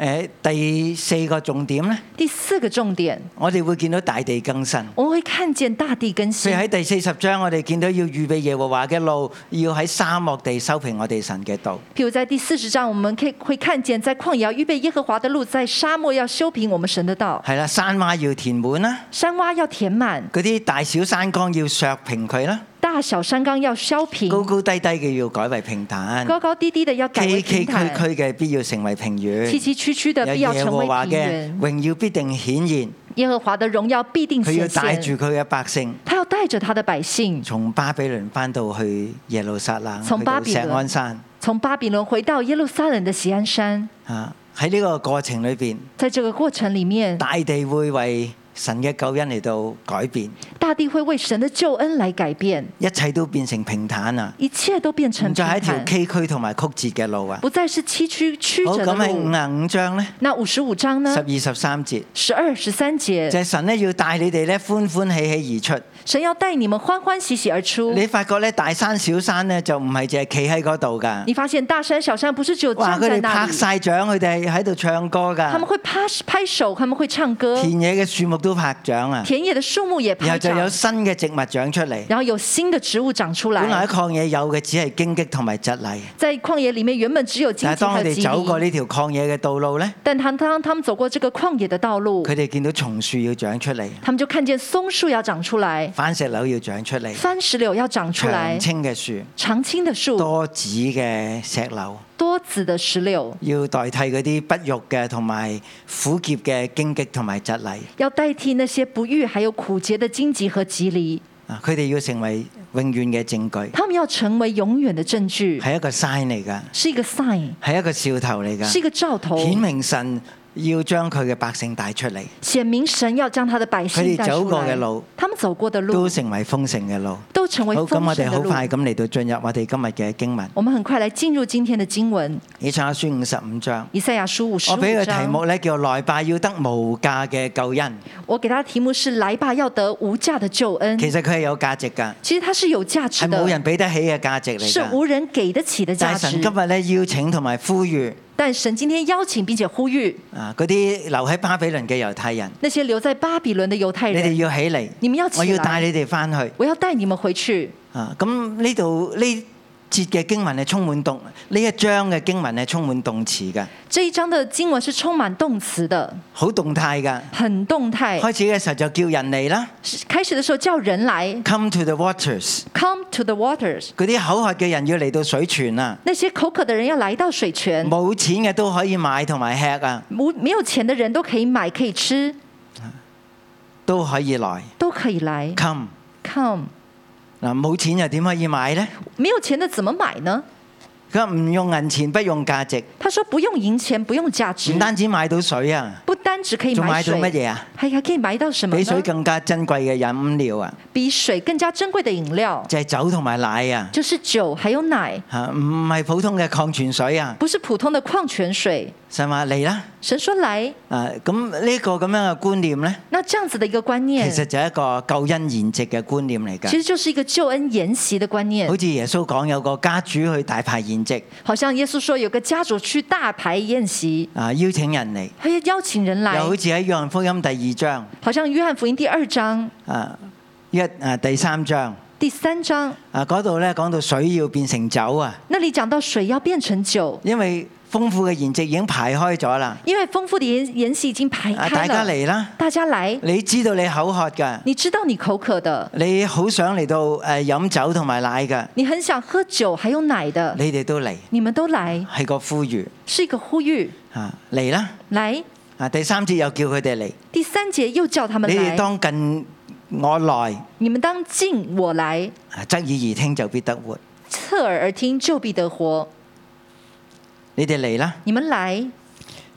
B: 誒第四個重點呢，
C: 第四个重点，
B: 我哋會見到大地更新。
C: 我们会看见大地更
B: 譬
C: 新
B: 如。喺第四十章，我哋見到要預備耶和華嘅路，要喺沙漠地修平我哋神嘅道。
C: 譬如在第四十章，我们可以会看见，在旷野预备耶和华的路，在沙漠要修平我们神的道，
B: 係啦，山洼要填滿啦，
C: 山洼要填满，
B: 嗰啲大小山崗要削平佢啦，
C: 大小山冈要削平，
B: 高高低低嘅要改為平坦，
C: 高高低低的要改为
B: 崎
C: 平
B: 崎嶇
C: 坦，
B: 嶇嘅必要成為平原。
C: 崎崎岖岖的
B: 有
C: 必要
B: 耶
C: 成
B: 和
C: 为
B: 華
C: 平
B: 嘅
C: 原。
B: 榮耀必定顯現，
C: 耶和华的荣耀必定
B: 佢要
C: 显
B: 帶住
C: 现，
B: 佢嘅百姓
C: 他要带着他的百姓
B: 從巴比倫翻到去耶路撒冷，
C: 從
B: 去到
C: 巴比
B: 石
C: 倫
B: 安山
C: 从巴比伦回到耶路撒冷的锡安山。
B: 啊！喺呢個過程裏邊，
C: 在这个过程里面，
B: 大地會為神嘅救恩嚟到改變，
C: 大地会为神的救恩来改变，
B: 一切都變成平坦啊！
C: 一切都变成
B: 唔
C: 平
B: 再係一條
C: 坦，
B: 崎嶇同埋曲折嘅路啊！
C: 不再是崎岖曲
B: 好，
C: 折的
B: 咁嗯係五
C: 路。
B: 廿五章呢，
C: 那五十五章呢
B: 十？二十三節
C: 十二、十三节
B: 就，係神呢要帶你哋呢歡歡喜喜而出。
C: 神要帶你們歡歡喜喜而出。
B: 你發覺呢，大山小山呢就唔係淨係企喺嗰度㗎。
C: 你發現大山小山不是只有
B: 哇！
C: 站
B: 佢
C: 在
B: 哋
C: 那
B: 拍
C: 里，
B: 晒掌，佢哋喺度唱歌
C: 他們
B: 㗎。
C: 會拍拍手，他們會唱歌，
B: 田野嘅樹木都拍掌啊，
C: 田野的樹木也
B: 然後
C: 拍
B: 就
C: 掌
B: 有，新嘅植物長出嚟。
C: 然後有新的植物長出
B: 本來
C: 來
B: 喺。曠野有嘅只係荊棘同埋蒺藜，
C: 在曠野裡面原本只有荊
B: 但係
C: 棘
B: 當佢哋走
C: 和
B: 過
C: 棘藜，
B: 呢條曠野嘅道路呢，
C: 但他當他們走過這個曠野的道路
B: 佢，哋見到松樹要長出嚟，
C: 他們就看見松樹要長出來，
B: 番石榴要長出嚟，
C: 番石榴要長出來
B: 長，青嘅樹。
C: 常青的樹，
B: 多子嘅石榴，
C: 多子的石榴，
B: 要代替嗰啲不育嘅同埋苦澀嘅荊棘同埋蒺藜
C: 要代替那些不育還有苦桀的荊棘和棘藜，
B: 啊！佢哋要成為永遠嘅證據，
C: 他們要成為永遠的證據。
B: 係一個 sign 嚟㗎，
C: 是一个 sign，
B: 係一個兆頭嚟
C: 是一
B: 㗎，
C: 个兆头，
B: 顯明神要將佢嘅百姓帶出嚟，
C: 显明神要将他的百姓带
B: 佢哋走
C: 出
B: 过
C: 来。
B: 嘅路
C: 他们走过的路
B: 都成為豐盛嘅路。
C: 都成为
B: 好，咁
C: 丰
B: 我
C: 盛
B: 哋
C: 的
B: 好
C: 路。
B: 快咁嚟到進入我哋今日嘅經文，
C: 我们很快来进入今天的经文，《
B: 以賽亞書五十五章。
C: 以赛亚书》五十
B: 我俾
C: 五
B: 佢題
C: 章。
B: 目咧叫內拜要得無價嘅救恩，
C: 我给他的题目是“来吧，要得无价的救恩
B: 其實佢係有價值㗎，”。
C: 其实它是有价值
B: 係冇
C: 的，
B: 人俾得起嘅價值嚟
C: 是
B: 㗎。
C: 无人给得起的价
B: 但神
C: 值
B: 今。日咧邀請同埋呼籲
C: 但神今天邀请并且呼吁
B: 啊嗰啲留喺巴比倫嘅猶太人，
C: 那些留在巴比伦的犹太
B: 你哋
C: 人，
B: 要起嚟，
C: 你們要起
B: 我
C: 來
B: 要帶你哋翻去
C: 我要带你们回去。
B: 啊！咁呢度呢節嘅經文係充滿動，呢一章嘅經文係充滿動詞嘅，
C: 这一章的经文是充满动词的，
B: 好動態㗎。
C: 很动态。
B: 開始嘅時候就叫人嚟啦
C: 开始的时候叫人来，
B: ，come to the waters，
C: Come to the waters。
B: 嗰啲口渴嘅人要嚟到水泉啊，
C: 那些口渴的人要来到水泉，
B: 冇錢嘅都可以買同埋吃啊，
C: 无没有钱的人都可以买，可以吃，
B: 都可以來
C: 都可以来。
B: come。
C: Come，
B: 嗱冇錢又點可以買呢？
C: 没有钱的怎么买呢？
B: 佢話唔用銀錢，不用價值，
C: 他说不用银钱，不用价值
B: 唔，單止買到水啊。
C: 不单只可以
B: 仲
C: 买
B: 買到乜
C: 水，
B: 嘢啊？
C: 还还可以买到什么
B: 比水
C: 呢？
B: 更加珍貴嘅飲料啊，
C: 比水更加珍贵的饮料，
B: 就係酒同埋奶啊，
C: 就是酒还有奶，
B: 嚇唔係普通嘅礦泉水啊。
C: 不是普通的矿泉水。
B: 神話嚟啦，
C: 神说来，
B: 啊咁呢個咁樣嘅觀念呢，
C: 那这样子的一个观
B: 其
C: 念，
B: 實就係一個救恩筵席嘅觀念嚟
C: 其
B: 㗎。
C: 实就是一個救恩筵席的觀念
B: 好，似耶穌講有個家主去大排筵席，
C: 好像耶穌说有个家族去大排宴席，
B: 啊邀請人嚟，
C: 他要邀請人
B: 又
C: 来
B: 好，似喺約翰福音第二章
C: 好像约翰福音第二章、
B: 啊一啊第三章
C: 第三章
B: 啊嗰度呢講到水要變成酒啊，
C: 那里讲到水要变成酒，
B: 因為豐富嘅筵席已經排開咗啦，
C: 因为丰富的筵筵席已经排
B: 啊
C: 开
B: 大
C: 了。
B: 家，嚟啦。
C: 大家来，
B: 你知道你口渴㗎，
C: 你知道你口渴的，
B: 你好想嚟到誒飲酒同埋奶㗎，
C: 你很想喝酒还有奶的，
B: 你哋都嚟，
C: 你们都来，
B: 係個呼籲
C: 是一个呼吁。
B: 啊嚟啦！
C: 来，
B: 啊第三節又叫佢哋嚟，
C: 第三节又叫他们
B: 你哋
C: 来。
B: 當近我來，啊
C: 你们当进我来，
B: 側耳而聽就必得活。
C: 侧耳而听就必得活。
B: 你哋嚟啦，
C: 你们来，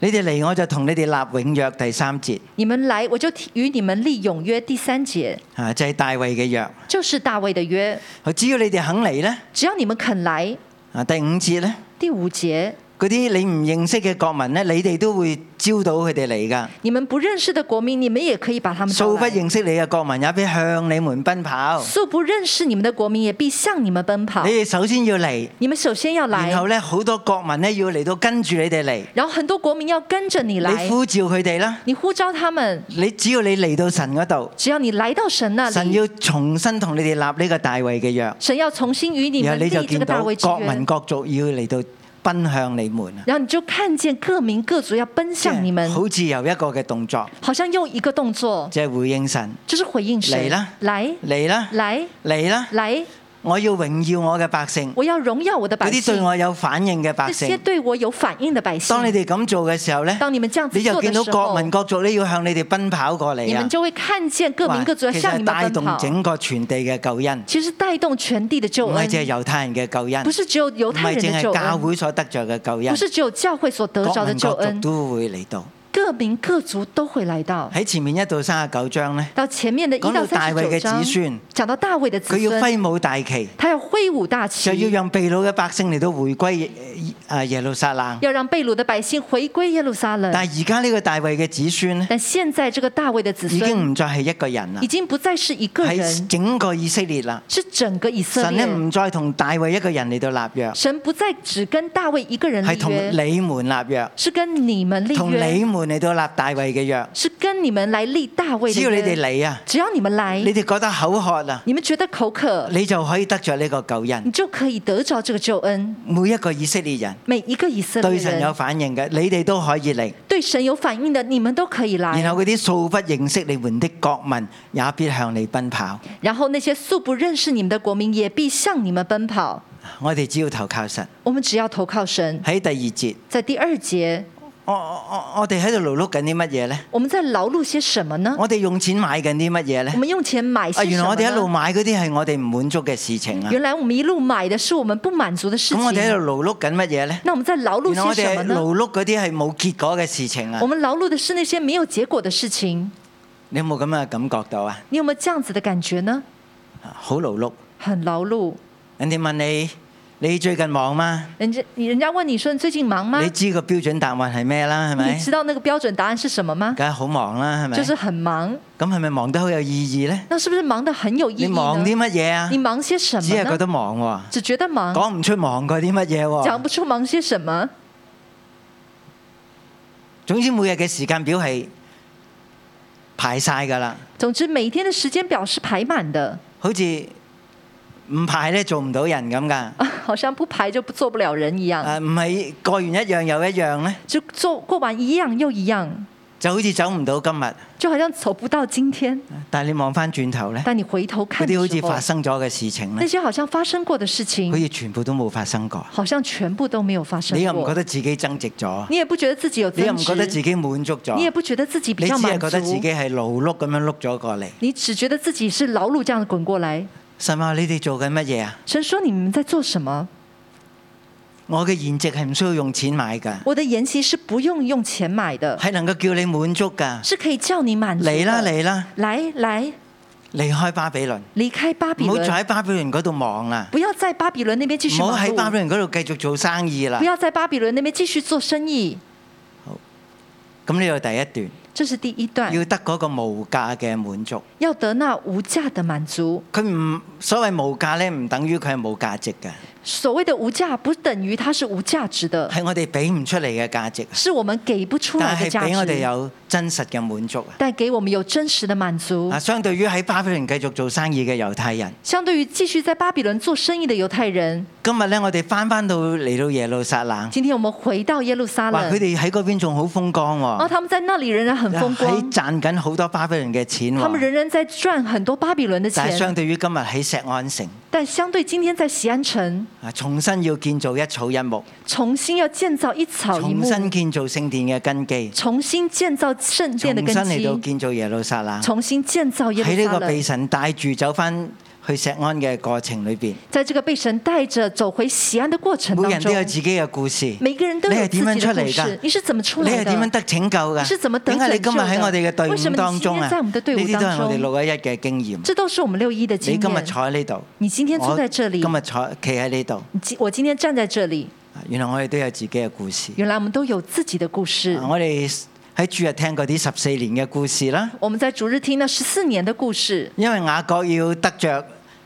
B: 你哋嚟我就同你哋立永約第三節
C: 你们来，我就与你们立永约。第三节
B: 啊，就係大衛嘅約。
C: 就是大卫的约，
B: 佢只要你哋肯嚟呢，
C: 只要你们肯来。
B: 啊第五節呢，
C: 第五节，
B: 嗰啲你唔認識嘅國民呢，你哋都會招到佢哋嚟噶。
C: 你们不认识的国民，你们也可以把他们招
B: 素不
C: 来
B: 認識你嘅國民也必向你們奔跑。
C: 素不认识你们的国民，也必向你们奔跑
B: 你。哋首先要嚟，
C: 你们首先要来
B: 然，後呢，好多國民呢要嚟到跟住你哋嚟，
C: 然后很多国民要跟着你来
B: 你。呼召佢哋啦。
C: 你呼召他们，
B: 你只要你嚟到神嗰度，
C: 只要你来到神那
B: 神
C: 里，
B: 要重新同你哋立呢個大衛嘅約，
C: 神要重新与你
B: 然
C: 们
B: 後你
C: 立
B: 就
C: 这
B: 見
C: 个大
B: 到
C: 卫之
B: 各
C: 约
B: 民。各族要嚟到奔向你們啊！
C: 然后你就看见各民各族要奔向你们，
B: 好似由一個嘅動作，
C: 好像用一个动作，
B: 即係回應神
C: 就是回应神
B: 来啦，
C: 来
B: 嚟啦，
C: 来
B: 嚟啦！
C: 来，
B: 我要榮耀我嘅百姓，
C: 我要荣耀我的
B: 嗰
C: 百
B: 啲對
C: 姓，
B: 我有反應嘅百
C: 这些
B: 姓。
C: 对我有反应的百姓
B: 當。你哋咁做嘅時候呢，
C: 当你们这样子
B: 你就
C: 做
B: 見
C: 的
B: 到
C: 时候
B: 各，民各族呢要向你哋奔跑過
C: 你
B: 嚟啊
C: 们！就会看见各民各族要
B: 其
C: 向
B: 實係
C: 你们
B: 帶
C: 奔
B: 動
C: 跑。
B: 整個全地嘅救恩，
C: 其实带动全地的救
B: 唔係
C: 恩，
B: 淨係猶太人嘅救恩
C: 不，是只有犹
B: 啊唔
C: 太
B: 係
C: 人
B: 淨
C: 的救
B: 係教啊
C: 恩，
B: 會所得着嘅救恩
C: 不。是只有教会所得
B: 各
C: 着的
B: 民
C: 救
B: 各族
C: 恩，
B: 都會嚟到。
C: 各民各族都会来到。
B: 喺前面一到三十九章呢，
C: 到前面的一
B: 講到
C: 到
B: 大
C: 三
B: 衛
C: 十
B: 嘅
C: 九
B: 子
C: 章，
B: 孫，
C: 讲到大卫的
B: 佢
C: 子
B: 要
C: 孙，
B: 揮舞大旗，
C: 他要挥舞大
B: 就要
C: 旗，
B: 讓被掳嘅百姓嚟到回歸啊耶路撒冷。
C: 要让被掳的百姓回归耶路撒冷。
B: 但係而家呢個大衛嘅子孫呢，
C: 但現在这个大卫的子
B: 已
C: 孙
B: 經唔再係一個人啦
C: 已，经不再是一个
B: 係
C: 人，
B: 整個以色列啦。
C: 是整个以色
B: 神呢
C: 列。
B: 唔再同大衛一個人嚟到立約，
C: 神不再只跟大卫一个人
B: 係
C: 立
B: 同
C: 约，
B: 你們立約，
C: 是跟你们立
B: 同
C: 约，
B: 你們嚟到立大衛嘅約。
C: 是跟你们来立大卫
B: 只
C: 的
B: 要你哋
C: 约。
B: 嚟啊，
C: 只要你们来
B: 你，哋覺得口渴啊，
C: 你们觉得口渴，
B: 你就可以得着呢個救
C: 你
B: 恩。
C: 就可以得着这个救恩。
B: 每一個以色列人
C: 每一个以色
B: 對
C: 列
B: 神有
C: 人
B: 反應嘅，你哋都可以嚟。
C: 对神有反应的，你们都可以来。
B: 然後嗰啲素不認識你們的國民，也必向你奔跑。
C: 然后那些素不认识你们的国民，也必向你们奔跑。
B: 我哋只要投靠神。
C: 我们只要投靠神。
B: 喺第二節，
C: 在第二节，
B: 我我我我哋喺度勞碌緊啲乜嘢呢？
C: 我们在劳碌些什么呢？
B: 我哋用錢買緊啲乜嘢呢
C: 我？们用钱买些
B: 啊，
C: 嗯什么
B: 原來
C: 呢？
B: 我哋一路買嗰啲係我哋唔滿足嘅事情啊。
C: 原来我们一路买的是我们不满足的事
B: 咁我哋喺
C: 情。
B: 度勞碌緊乜嘢呢？
C: 那我们在劳碌
B: 原來我
C: 些什
B: 哋
C: 么
B: 係
C: 呢？
B: 勞碌嗰啲係冇結果嘅事情啊
C: 我！们劳碌的是那些没有结果的事情。
B: 你有冇咁嘅感覺到啊？
C: 你有没有这样子的感觉呢？
B: 好勞碌，
C: 很劳碌。
B: 人哋問你，你最近忙嗎？
C: 人家你人家问你说你最近忙吗
B: 你？知個標準答案係咩啦？係咪
C: 你？知道那个标准答案是什么吗？
B: 梗係好忙啦，係咪？
C: 就是很忙。
B: 咁係咪忙得好有意義呢？
C: 那是不是忙得很有意
B: 你
C: 义呢
B: 忙？啲乜嘢啊
C: 你？忙些什
B: 只
C: 么
B: 係覺
C: 呢？啊
B: 得忙喎，
C: 只觉得忙，
B: 講唔出忙過啲乜嘢
C: 讲
B: 喎。
C: 不出忙些什么。
B: 總之每日嘅時間表係排晒㗎啦，
C: 总之，每天的时间表是排满的，
B: 好似唔排咧做唔到人咁㗎。
C: 啊好像不排就不做不了人一样，
B: 誒唔係過完一樣又一樣呢，
C: 就做过完一样又一样，
B: 就好似走唔到今日。
C: 就好像走不到今天。
B: 但係你望翻轉頭呢，
C: 但你回头
B: 嗰
C: 看
B: 啲好
C: 的
B: 似
C: 时
B: 發
C: 候，
B: 生咗嘅事情呢
C: 那，些好像发生过的事
B: 好
C: 情，
B: 似全部都冇發生過。
C: 好像全部都没有发生
B: 你又唔覺
C: 过。
B: 得自己增值咗，
C: 你也不觉得自己有
B: 你又
C: 增
B: 唔覺得自
C: 值，
B: 己滿足
C: 你也
B: 咗，
C: 不觉得自己比
B: 你只
C: 较
B: 係
C: 满
B: 覺得自
C: 足
B: 己，係勞碌咁樣碌咗過嚟。
C: 你只觉得自己是劳碌这样滚过来。
B: 神啊，你哋做緊乜嘢啊？
C: 神说：“你们在做什么？
B: 我嘅筵席係唔需要用錢買㗎，
C: 我的筵席是不用用钱买
B: (laughs)
C: 的，
B: 係能夠叫你滿足㗎。
C: 是可以叫你满足的。
B: 嚟啦嚟啦，
C: 来来，
B: 離開巴比倫，
C: 离开巴比
B: 唔好再
C: 伦，
B: 喺巴比倫嗰度忙啦，
C: 不要在巴比伦那边继
B: 唔
C: 续
B: 好
C: 忙
B: 喺巴比
C: 碌，
B: 倫嗰度繼續做生意啦
C: 不。要在巴比伦那边继续做生意。
B: 咁呢度第一段。
C: 这是第一段，
B: 要得嗰個無價嘅滿足。
C: 要得那无价的满足。
B: 佢唔所謂無價咧，唔等於佢係冇價值嘅，
C: 所谓的无价，不等于它是无价值的，
B: 係我哋俾唔出嚟嘅價值，
C: 是我们给不出
B: 但
C: 来的
B: 係
C: 价
B: 俾我哋
C: 值，
B: 有真實嘅滿足啊！
C: 但给我们有真实的满足
B: 啊，。相對
C: 嗯
B: 於喺巴比倫繼續做生意嘅猶太人，
C: 相对于继续在巴比伦做生意的犹太人，
B: 今日咧，我哋翻翻到嚟到耶路撒冷，
C: 今天我们回到耶路撒
B: 話佢
C: 冷，
B: 哋喺嗰邊仲好風光
C: 哦，
B: 喎，
C: 他们在那里仍然很风
B: 啊喺
C: 光，
B: 賺緊好多巴比倫嘅錢
C: 他们
B: 喎。
C: 仍然在赚很多巴比伦的
B: 但係相
C: 钱，
B: 對於今日喺石安城
C: 但相对今天在西安城，
B: 啊，重新要建造一草一木，
C: 重新要建造一草一
B: 重
C: 木，
B: 新建造聖殿嘅根基，
C: 重新建造圣
B: 重
C: 殿的
B: 新嚟到
C: 根基，
B: 建造耶路撒冷。
C: 重新建造耶
B: 喺
C: 路
B: 呢
C: 撒
B: 個被
C: 冷。
B: 神帶住走翻去石安嘅過程裏邊，
C: 在这个被神带着走回西安的过程
B: 每
C: 当
B: 人都有
C: 中，
B: 自己嘅故事。
C: 每个人都
B: 你
C: 有
B: 係
C: 自己
B: 點樣出
C: 的故
B: 嚟㗎
C: 事。你是怎么出
B: 你
C: 来
B: 係點樣
C: 的？
B: 得拯救㗎？
C: 你是怎麼得
B: 點解你今日
C: 拯救
B: 喺
C: 的
B: 我哋嘅隊
C: 為什
B: 伍
C: 麼
B: 當
C: 你
B: 中啊？
C: 今天在我們的
B: 呢
C: 隊伍
B: 啲都係
C: 當中
B: 我哋六一一嘅經驗。
C: 这都是我们六一的
B: 你
C: 经
B: 今日
C: 验。
B: 坐喺呢度，
C: 你今天坐在这里
B: 我，今日坐企喺呢度，啊
C: 你今我今天站在这里，
B: 原來我哋都有自己嘅故事。
C: 原来我们都有自己的故事。
B: 啊我哋喺主日聽嗰啲十四年嘅故事啦，
C: 我们在主日听了十四年的故事，
B: 因為雅各要得着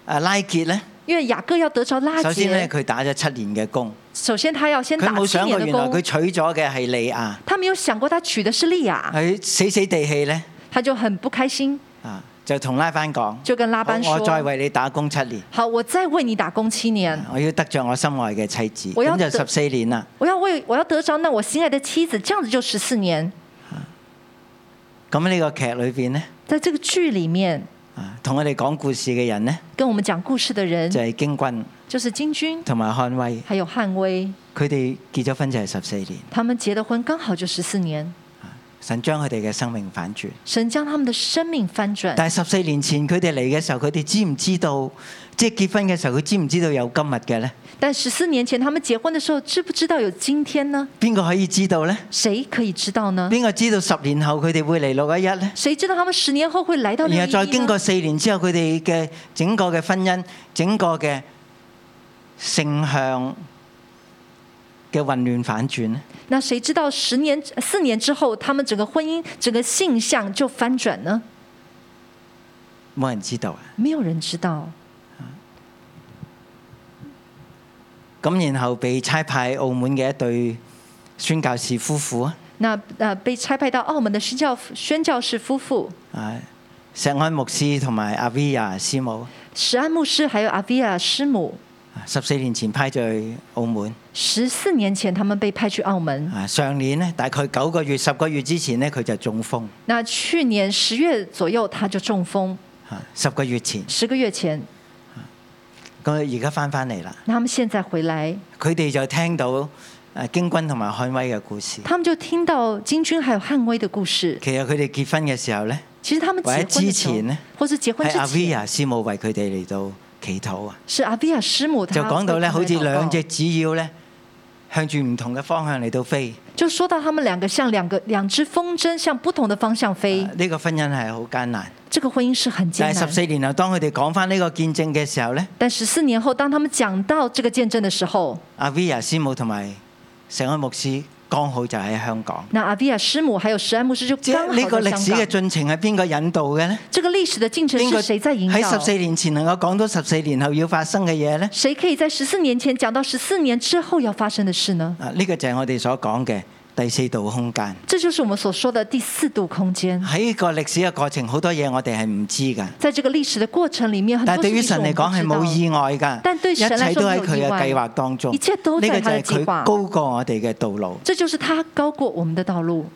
B: 誒拉結咧，
C: 因为雅各要得着拉
B: 首先咧
C: 结，
B: 佢打咗七年嘅工，
C: 首先他要先
B: 佢
C: 打
B: 冇
C: 七
B: 想
C: 年
B: 過
C: 的
B: 原來佢
C: 工，
B: 娶咗嘅係利亞，
C: 他没有想过他娶的是利亚，
B: 佢死死地氣咧
C: 他就很不开心，
B: 啊，就同拉班講，
C: 就跟拉班
B: 好哦我再
C: 说
B: 為你打工七年。：“啊
C: 好，我再为你打工七年，
B: 我要得着我心愛嘅妻子，
C: 我要
B: 咁就
C: 得
B: 十四年啦。
C: 我要为我要得着那我心爱的妻子，这样子就十四年。”
B: 咁呢個劇裏邊呢，
C: 在这个剧里面，
B: 啊，同我哋講故事嘅人呢，
C: 跟我们讲故事的人
B: 就係、京軍
C: 就是金军，
B: 同埋漢威，
C: 还有汉威，
B: 佢哋結咗婚就係十四年，
C: 他们结的婚刚好就十四年，
B: 神將佢哋嘅生命反轉。
C: 神将他们的生命翻转。
B: 但係十四年前佢哋嚟嘅時候，佢哋知唔知道，即係結婚嘅時候，佢知唔知道有今日嘅呢？
C: 但十四年前他们结婚的时候，知不知道有今天呢？
B: 邊個可以知道呢？
C: 谁可以知道呢？
B: 邊個知道十年後佢哋會嚟六一一呢？
C: 谁知道他们十年后会来到六
B: 然後
C: 一
B: 再
C: 一
B: 經過
C: 呢？
B: 四年之後，佢哋嘅整個嘅婚姻、整個嘅性向嘅混亂反轉咧，
C: 那谁知道十年、四年之后，他们整个婚姻、整个性向就翻转呢？
B: 冇人知道啊！
C: 没有人知道。
B: 咁然後被差派澳門嘅一對宣教士夫婦啊，
C: 那呃，被差派到澳门的宣教宣教士夫妇
B: 啊石安牧師同埋阿 v i a 師母，啊
C: 史安牧师还有阿维亚师母，
B: 十四年前派咗去澳門。
C: 十四年前他们被派去澳门。
B: 啊，上年呢，大概九個月、十個月之前呢，佢就中風。
C: 那去年十月左右他就中风，
B: 啊，十個月前，
C: 十个月前，
B: 咁佢而家翻返嚟啦。
C: 那他们现在回来，
B: 佢哋就聽到誒京軍同埋漢威嘅故事。
C: 他们就听到金军还有汉威的故事。
B: 其實佢哋結婚嘅時候呢，
C: 其实他们结
B: 或
C: 婚
B: 者之
C: 的时候
B: 前呢
C: 或是结婚
B: 係
C: 之
B: 阿
C: 前，
B: Via 師母為佢哋嚟到祈禱啊，
C: 是阿维亚师母她
B: 就講到呢，好
C: 为他
B: 似
C: 们祷告
B: 兩隻紙鷂呢，向住唔同嘅方向嚟到飛。
C: 就说到他们两个像两个两只风筝向不同的方向飞，
B: 呢個婚姻係好艱難，
C: 这个婚姻是很艰
B: 但係
C: 难
B: 呃十。四年後，當佢哋講翻呢個見證嘅時候呢，
C: 但十四年后，当他们讲到这个见证的时候，
B: 阿 Via 師母同埋石安牧師剛好就喺香港。
C: 那阿维亚师母还有石安牧师就
B: 即
C: 刚
B: 係呢
C: 好
B: 個歷
C: 在
B: 史嘅
C: 香港。
B: 進程係邊個引導嘅呢？
C: 这个历史的进程
B: 邊個
C: 是谁在引
B: 喺
C: 导
B: 十？四年前能夠講到十四年後要發生嘅嘢呢？
C: 谁可以在十四年前讲到十四年之后要发生的事呢？
B: 啊，呢、個就係我哋所講嘅第四度空間。
C: 这就是我们所说的第四度空间。
B: 喺個歷史嘅過程，好多嘢我哋係唔知㗎。
C: 在这个历史的过程里面，很
B: 但係
C: 多
B: 對
C: 事
B: 於
C: 情
B: 神
C: 是我
B: 嚟
C: 们不
B: 講係
C: 知道
B: 冇意外㗎，
C: 但對
B: 一
C: 神
B: 切
C: 來說
B: 都
C: 沒
B: 喺
C: 有
B: 佢
C: 意
B: 嘅
C: 外
B: 計劃當中，
C: 一切都
B: 呢個
C: 在
B: 就
C: 他
B: 係
C: 的計劃
B: 佢高過我哋嘅道路。
C: 这就是他高过我们的道路。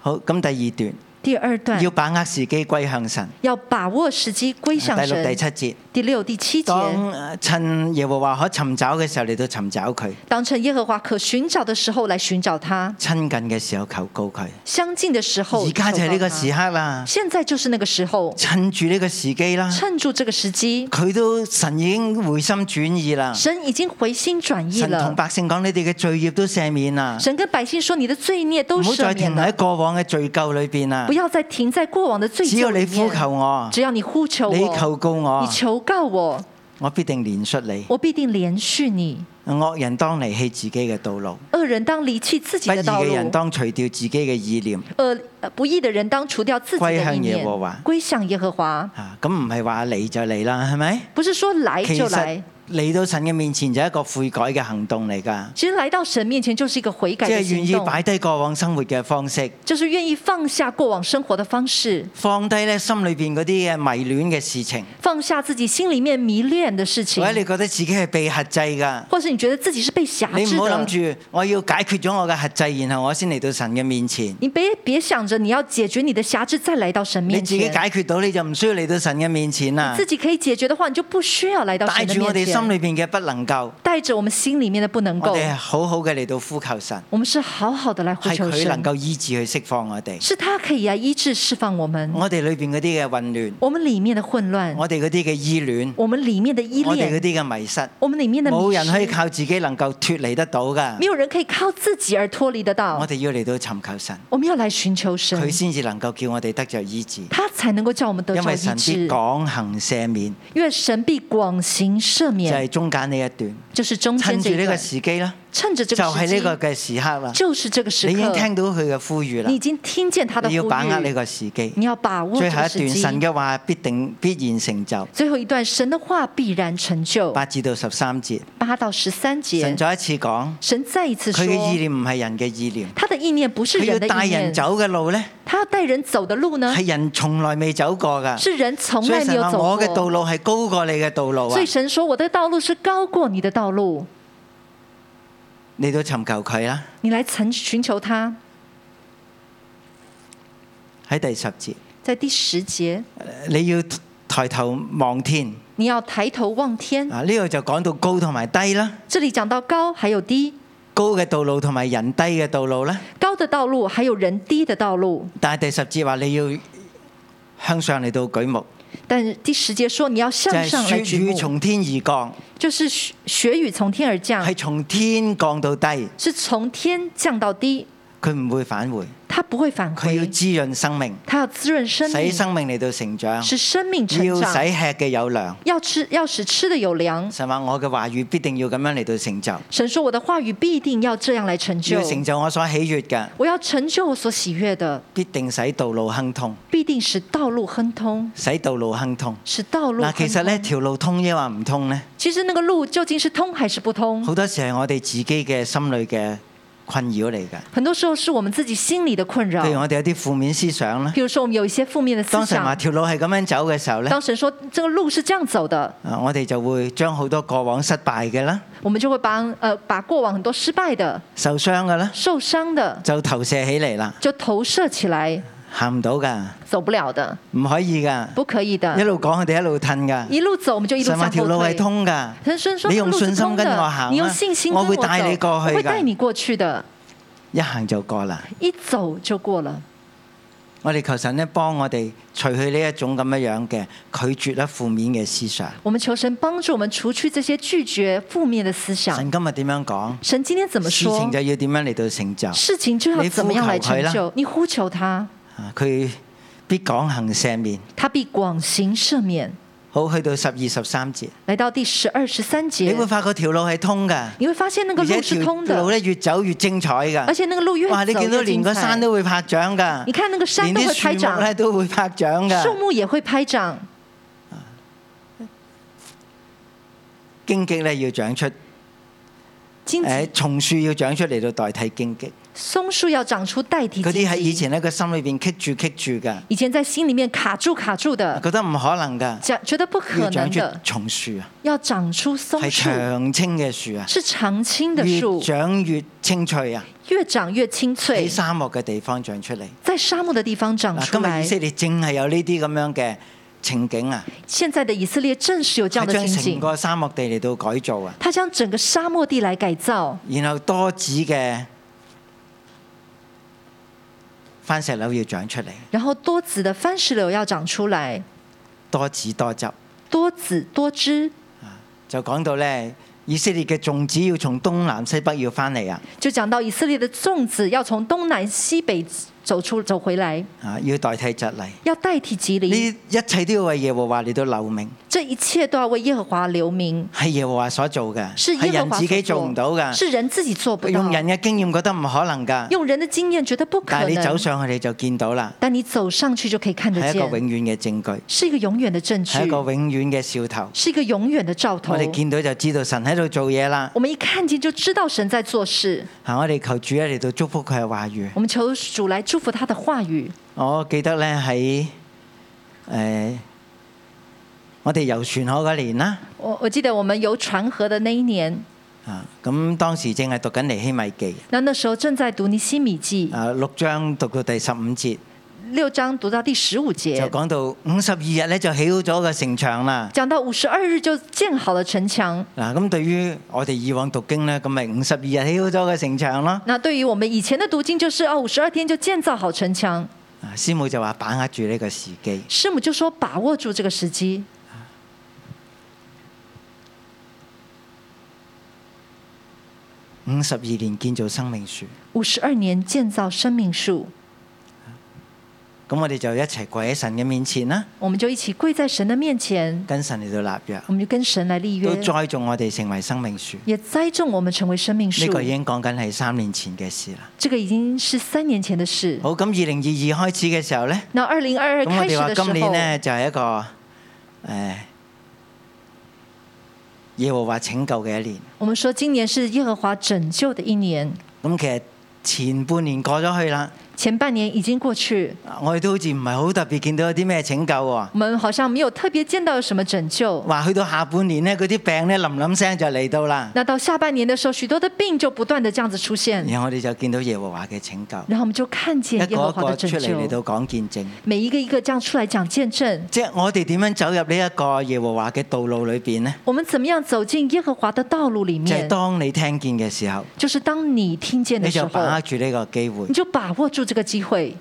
B: 好，咁第二
C: 第二段
B: 段要把握時機歸向神。
C: 要把握时机归向
B: 啊第
C: 神。
B: 六、第七節，
C: 第六、第七节，
B: 當呃趁耶和華可尋找嘅時候嚟到尋找佢，
C: 当趁耶和华可寻找的时候来寻找他，
B: 親近嘅時候求告佢。
C: 相近的时候。
B: 而家就係呢個時
C: 刻，
B: 刻啦，
C: 现在就是那个时候，
B: 趁住呢個時機啦，
C: 趁住这个时机，
B: 佢都神已經回心轉意啦，
C: 神已经回心转意
B: 啊神同
C: 了。
B: 百姓講：你哋嘅罪孽都赦免啦，
C: 神跟百姓说：“你的罪孽
B: 唔
C: 都
B: 好
C: 赦
B: 再
C: 免
B: 停留
C: 了
B: 喺，過往嘅罪咎裏邊啦
C: 不。要再停在过往的罪
B: 只
C: 咎
B: 要
C: 里
B: 你
C: 面。
B: 呼求我，
C: 只要你呼求我，
B: 你求告
C: 你
B: 我，
C: 求告我，
B: 我必定憐恤你。
C: 我必定连续你。
B: 惡人當離棄自己嘅道路，
C: 恶人当离弃自己
B: 不義
C: 的道
B: 嘅人
C: 路，
B: 當除掉自己嘅意念。
C: 恶呃不义的人当除掉自己
B: 归
C: 的
B: 向
C: 意
B: 耶
C: 念
B: 和华，
C: 归向耶和华。
B: 啊，咁唔係話嚟就嚟啦，係咪？
C: 不是说来
B: 其
C: 就
B: 實
C: 来，
B: 嚟到神嘅面前就係一個悔改嘅行動嚟㗎，
C: 其实来到神面前就是一个悔
B: 即
C: 改的
B: 係
C: 行
B: 願意
C: 动，
B: 擺低過往生活嘅方式，
C: 就是愿意放下过往生活的方式，
B: 放低咧心裏邊嗰啲嘅呃迷戀嘅事情，
C: 放下自己心里面迷恋的事情
B: 或，者你覺得自己係被核制㗎。
C: 或是你觉得自己是被辖
B: 你
C: 制
B: 唔好
C: 的。
B: 諗住我要解決咗我嘅核制，然後我先嚟到神嘅面前。
C: 你别别想着你要解决你的辖制，再来到神
B: 你
C: 面
B: 自
C: 前。
B: 己解決到，你就唔需要嚟到神嘅面前啦
C: 自。己可以解决的話，你就不需要來到
B: 帶
C: 神的
B: 住我哋
C: 面
B: 心
C: 前。
B: 裏邊嘅不能夠，
C: 帶着我們心裡面的不能
B: 我
C: 夠，
B: 哋係好好嘅嚟到呼求神，
C: 我們是好好的來呼
B: 係
C: 求
B: 佢能
C: 神，
B: 夠醫治去釋放我哋。
C: 是他可以來醫治釋放我們，
B: 我哋裏邊嗰啲嘅混亂，
C: 我們裡面的混亂，
B: 我哋嗰啲嘅依戀，
C: 我們裡面的嗯依
B: 哦我哋嗰
C: 戀，
B: 啲嘅迷失，
C: 我們裡面的
B: 冇
C: 迷
B: 人可以
C: 失，
B: 靠自己能夠脱離得到㗎。
C: 沒有人可以靠自己而脫離得
B: 我
C: 到。
B: 哋要嚟到尋求神，
C: 我們要來尋求
B: 佢
C: 神，
B: 先至能夠叫我哋得着醫治，
C: 他才能夠叫我們得
B: 因
C: 着
B: 為
C: 醫
B: 神必
C: 治。
B: 講行赦免，
C: 因為神必廣行赦
B: 就
C: 免，
B: 係中間呢一段。
C: 就是中
B: 趁
C: 間
B: 住
C: 這
B: 呢
C: 一
B: 個
C: 段，
B: 時機啦，
C: 趁着
B: 就
C: 這個
B: 係
C: 時
B: 呢
C: 機，
B: 個嘅時刻啦。
C: 就是這個時
B: 你已經
C: 刻，
B: 聽到佢嘅呼籲啦
C: 你已，經聽見他的
B: 你
C: 呼
B: 要把握呢
C: 籲。
B: 個時機。
C: 你要把握
B: 最
C: 这
B: 後
C: 个
B: 一
C: 時
B: 段
C: 機。
B: 神嘅話必定必然成就，
C: 最後一段，神的話必然成就。
B: 八至到十三節，
C: 八到十三
B: 神
C: 節，
B: 再一次講，
C: 神再一次
B: 佢嘅意
C: 說，
B: 念唔係人嘅意念，
C: 他的意念不是
B: 佢要
C: 人的
B: 帶
C: 意
B: 人
C: 念，
B: 走嘅路呢，
C: 他要帶人走的路呢，
B: 係人從來未走過㗎。
C: 是人從
B: 所以
C: 來沒
B: 神
C: 有
B: 話
C: 走
B: 我嘅道
C: 過。
B: 路係高過你嘅道路啊
C: 所以，神說：“我的道路是高過你的道路，
B: 你都尋求佢啦。
C: 你來尋尋求他。
B: 喺第十節，”
C: 在第十節，
B: 你要抬頭望天
C: 你要抬頭望天。
B: 啊！呢度就講到高同埋低啦。
C: 這裡講到高還有低，
B: 高嘅道路同埋人低嘅道路咧。
C: 高的道路還有人低的道路。
B: 但係第十節話你要向上嚟到舉目，
C: 但第十節說你要
B: 就
C: 向
B: 係
C: 上來
B: 雪
C: 舉
B: 雨
C: 目，
B: 從天而降，
C: 就是雪雪雨從天而降
B: 係，從天降到低，
C: 是從天降到低，
B: 佢唔會返回，
C: 它不會返
B: 佢要
C: 回。
B: 滋潤生命，
C: 它要滋潤生
B: 使
C: 命，
B: 生命嚟到成長，
C: 使生命成
B: 要使
C: 長，
B: 吃嘅有糧。
C: 要吃要使吃的有糧。
B: 神話我嘅話語必定要咁樣嚟到成就，
C: 神說：“我的話語必定要這樣來成就
B: 要，成就我所喜悅嘅，
C: 我要成就我所喜悅的，
B: 必定使道路亨通，
C: 必定使道路亨通，
B: 使道路亨通。
C: 使道路亨
B: 嗱，
C: 通。
B: 其實呢條路通抑或唔通呢？
C: 其實那個路究竟是通還是不通，
B: 好多時係我哋自己嘅心裏嘅困擾嚟㗎。
C: 很多時候是我們自己心裡的困
B: 譬如
C: 擾。
B: 我哋有啲負面思想啦，
C: 譬如說，我們有一些負面的嗯思
B: 當哦神話
C: 想。
B: 條路係咁樣走嘅時候呢，
C: 當神說這個路是這樣走的，
B: 啊我哋就會將好多過往失敗嘅啦、
C: 我們就會把呃把過往很多失敗的、
B: 受傷嘅啦，
C: 受傷的
B: 就投射起嚟啦，
C: 就投射起來，
B: 行唔到㗎，
C: 走不了的，
B: 唔可以㗎，
C: 不可以的
B: 一。路講佢哋一路褪㗎。
C: 嗯一路走，我們就一路
B: 神話
C: 向
B: 條
C: 後
B: 路係
C: 退。
B: 通㗎，
C: 神神說：“
B: 你用信心跟
C: 路是通的
B: 我行啊
C: 你用信心跟
B: 我會
C: 走
B: 帶你過去㗎
C: 我會帶你過去的，
B: 一行就過啦。
C: 一走就過了。
B: 我哋求神咧幫我哋除去呢一種咁樣樣嘅拒絕啦、負面嘅思想。
C: 我們求神幫助我們除去這些拒絕負面的思想。
B: 神今日點樣講？
C: 神今天怎麼
B: 事
C: 說？
B: 情就要點樣嚟到成就？
C: 事情就要怎麼樣來成就？你呼求他，
B: 啊佢必講行赦免。
C: 他必廣行赦免。
B: 好，去到十二十三節，
C: 來到第十二十三
B: 你會
C: 節，
B: 發覺條路係通㗎。
C: 你會發現那個
B: 而
C: 路
B: 且
C: 是
B: 條
C: 通
B: 路
C: 的，
B: 咧越走越精彩
C: 而
B: 㗎。
C: 且那個路越
B: 哇！你
C: 走
B: 見到
C: 越
B: 連
C: 精
B: 個
C: 彩
B: 山。都會拍掌㗎，
C: 你看那個山
B: 連
C: 都會
B: 啲
C: 拍
B: 樹木
C: 掌，
B: 咧都會拍掌
C: 樹
B: 㗎。
C: 木也會拍掌，
B: 荊棘咧要長出，
C: 荊棘、
B: 誒松樹要長出嚟到代替荊棘。
C: 松樹要長出代替
B: 嗰
C: 荊
B: 啲
C: 棘。
B: 喺以前咧個心裏邊棘住棘住㗎，
C: 以前在心裡面卡住卡住的，
B: 覺得唔可能㗎，
C: 講覺得不可
B: 要
C: 能
B: 長出
C: 的，
B: 松樹啊，
C: 要長出松
B: 係
C: 樹，
B: 長青嘅樹啊，
C: 是常青的
B: 越
C: 樹，
B: 長越清脆啊，
C: 越長越清
B: 喺
C: 脆，
B: 沙漠嘅地方長出嚟。
C: 在沙漠的地方長
B: 嗱，
C: 出
B: 今
C: 來
B: 日以。色列正係有呢啲咁樣嘅情景啊，
C: 現在的以色列正是有這樣
B: 係
C: 的
B: 將
C: 情
B: 成
C: 景，
B: 個沙漠地嚟到改造啊。
C: 他將整個沙漠地來改造，
B: 然後多子嘅番石榴要長出嚟，
C: 然後多子的番石榴要長出來，
B: 多子多汁。
C: 多子多汁。
B: 就講到呢，以色列嘅種子要從東南西北要翻嚟啊！
C: 就講到以色列的粽子要從東南西北走出走回来，
B: 啊，要代替蒺藜。
C: 要代替吉利，
B: 呢一切都要為耶和華嚟到留名，
C: 这一切都要为耶和华留名，
B: 係耶和華所做嘅，
C: 是耶
B: 係
C: 和
B: 人
C: 华
B: 自己
C: 所
B: 做唔到㗎。
C: 是人自己做不到，
B: 用人嘅經驗覺得唔可能㗎，
C: 用人的经验觉得不可
B: 但係你走
C: 能，
B: 上去你就見到啦，
C: 但你走上去就可以看得
B: 係一個
C: 见，
B: 永遠嘅證據，
C: 是一个永远的证据
B: 係一，個永遠嘅兆頭。
C: 是一个永远的兆头
B: 我。哋見到就知道神喺度做嘢啦。
C: 我们一看见就知道神在做事，
B: 啊，我哋求主咧嚟到祝福佢嘅話語。
C: 我们求主来祝福他的话语。
B: 我記得咧喺誒我哋遊船河嗰年啦，
C: 我我记得我们游船河的那一年，
B: 啊咁當時正係讀緊尼希米記，
C: 那那時候正在讀尼西米記
B: 啊六章讀到第十五節
C: 六章，讀到第十五
B: 就
C: 節，
B: 講到五十二日咧就起好咗個城牆啦。
C: 講到五十二日就建好了城牆。
B: 嗱，咁對於我哋以往讀經咧，咁咪五十二日起好咗個城牆咯。
C: 那對於我們以前的讀經，就是哦，五十二天就建造好城牆。
B: 啊，師母就話把握住呢個時機，
C: 師母就說：把握住這個時機。
B: 五十二年建造生命樹。
C: 五十二年建造生命樹，
B: 咁我哋就一齊跪喺神嘅面前啦，
C: 我們就一起跪在神的面前，
B: 跟神嚟到立約，
C: 我們就跟神來立
B: 都
C: 約，
B: 栽種我哋成為生命樹。
C: 也栽種我們成為生命
B: 呢
C: 樹。
B: 個已經講緊係三年前嘅事啦。
C: 這個已經是三年前的事。
B: 好，咁二零二二開始嘅時候呢，
C: 那二零二二
B: 咁我
C: 開
B: 哋話
C: 始的
B: 今
C: 時候
B: 年，呢，就係、一個誒、呃耶和華拯救嘅一年。
C: 我們說今年是耶和華拯救的一年。
B: 咁其實前半年過咗去啦，
C: 前半年已經過去，
B: 我哋都好似唔係好特別見到有啲咩拯救喎。
C: 我們好像沒有特別見到有什麼拯救。
B: 話去到下半年呢，嗰啲病呢，冧冧聲就嚟到啦。
C: 那到下半年的時候，許多的病就不斷的這樣子出現，
B: 然後我哋就見到耶和華嘅拯救，
C: 然後我們就看
B: 一
C: 見耶
B: 個
C: 和
B: 一
C: 華的
B: 個
C: 拯
B: 出嚟嚟
C: 救
B: 到，講見證。
C: 每一個一個這樣出來講見證。
B: 即係我哋點樣走入呢一個耶和華嘅道路裏邊呢？
C: 我們怎麼樣走進耶和華的道路裡
B: 就係
C: 面？
B: 當你聽見嘅時候，
C: 就是當你聽見的
B: 你
C: 時
B: 就把
C: 候
B: 握，住呢個機會
C: 你就把握住這個機會，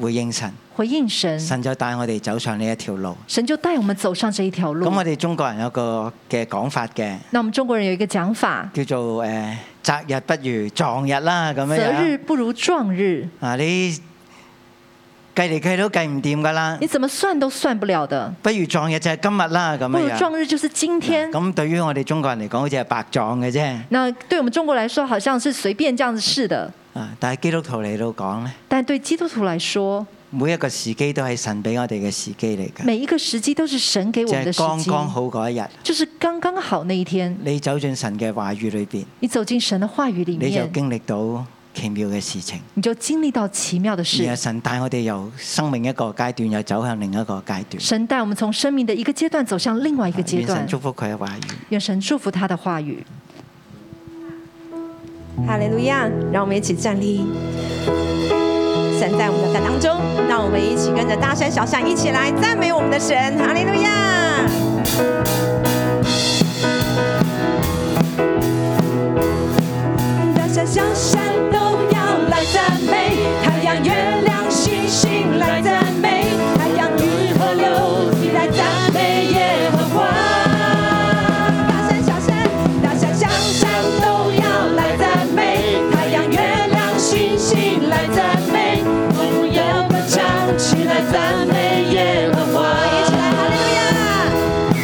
B: 回應神，
C: 回應神，
B: 神就帶我哋走上呢一條路。
C: 神就帶我們走上這一條路
B: 咁。我哋中國人有個嘅講法嘅，
C: 那我們中國人有一個講法：
B: 叫做誒擇日不如撞日啦，咁樣
C: 擇日
B: 樣
C: 不如撞日。
B: 啊！你計嚟計都計唔掂㗎啦
C: 你，怎麼算都算不了的，
B: 不如撞日就係今日啦，咁
C: 不如
B: 樣樣。
C: 撞日就是今天。
B: 咁對於我哋中國人嚟講，好似係白撞嘅啫。
C: 那對我們中國來說，好像是隨便這樣子試的，
B: 啊！但係基督徒嚟到講呢，
C: 但對基督徒來說，
B: 每一個時機都係神俾我哋嘅時機嚟㗎，
C: 每一個時機都是神給我
B: 就
C: 們的
B: 係
C: 時
B: 剛
C: 機，
B: 剛好嗰一日，
C: 就是剛剛好那一天，
B: 你走進神嘅話語裏邊，
C: 你走進神的話語裡
B: 你就
C: 面，
B: 經歷到奇妙嘅事情。
C: 你就經歷到奇妙的
B: 而係
C: 事。
B: 神帶我哋由生命一個階段，又走向另一個階段。
C: 神帶我們從生命的一個階段走向另外一個階
B: 願啊神
C: 段，
B: 祝福佢嘅話語。
C: 願神祝福他的話語。
D: 哈利路亚！让我们一起站立，神在我们的当中，让我们一起跟着大山小山一起来赞美我们的神，哈利路亚！大山小山都要来赞美，太阳、月亮、星星来赞美，太阳、雨和流你来赞美耶和华。大山小山，大山小山都要来赞美，太阳、月亮、星星来赞美，我们要歌唱起来赞美耶和华。一起来，哈利路亚！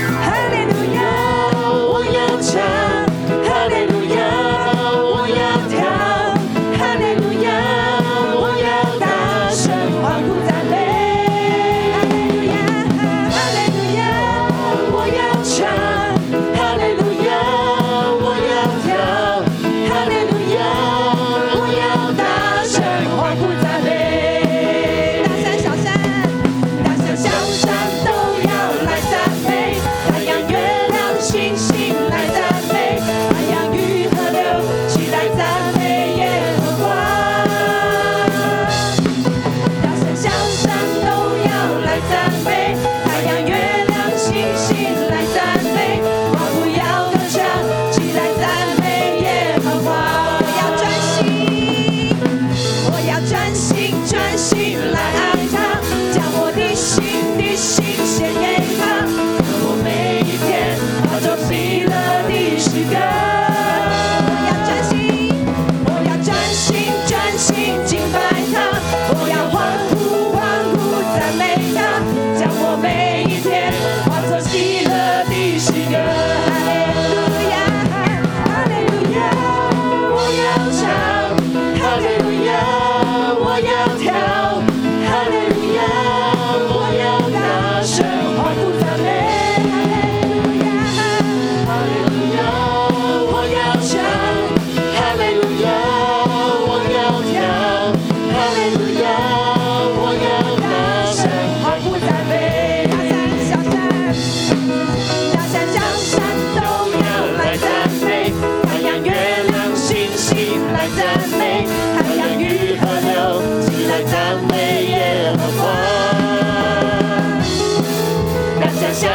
D: 小山都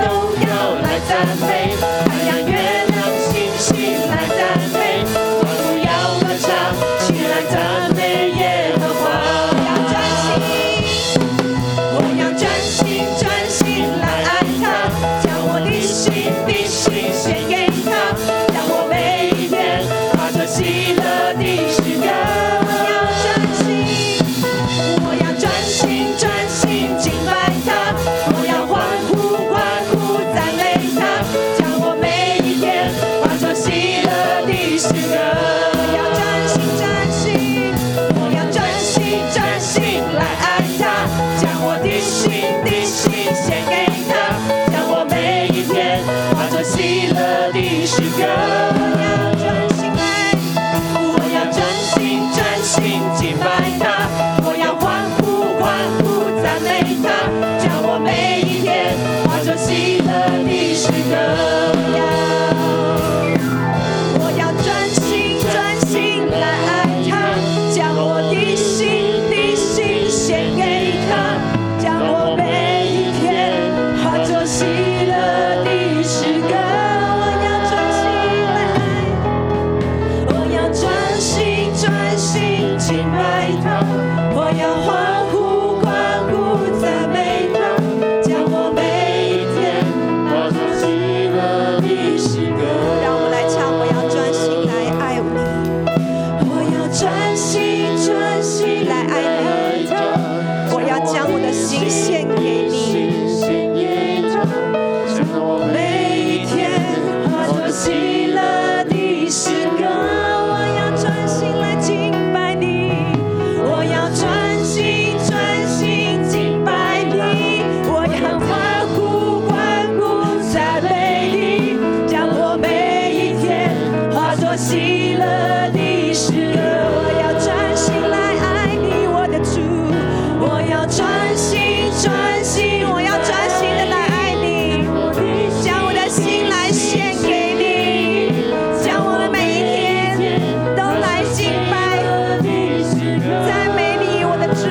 D: 要来赞美，太阳、月亮、星星来赞美，万物要歌唱，起来赞美耶和华。我要专心，我要专心专心来爱他，将我的心的心献给他，让我每一天发着喜乐的诗歌。我要专心。我要专心专心敬拜他，我要欢呼欢呼赞美他，将我每一天化作喜乐的诗歌。我要专心专心，我要专心专心来爱他，将我的心的心献给他，将我每一天化作喜乐的诗歌。我要专心爱。我要专心专心敬拜他，我要欢呼欢呼赞美他，将我每一天化作喜乐的诗歌。我要专心专心来爱他，将我的心的心献给他，将我每一天化作喜乐的诗歌。我要专心来爱。我要专心专心敬拜他，我要欢呼欢呼赞美他，将我每一天当作喜乐的诗歌。让我们来唱，我要专心来爱你，我要专心专心来爱你，我要将我的心献给你。每一天化作喜乐的诗歌，我要专心来敬拜你，我要专心专心敬拜你，我要欢呼欢呼赞美你，将我每一天化作喜乐的诗歌，我要专心来爱你，我的主，我要专心专心，我要专心的来爱你。将我的心来献给你，将我的每一天都来敬拜、赞美你，我的主。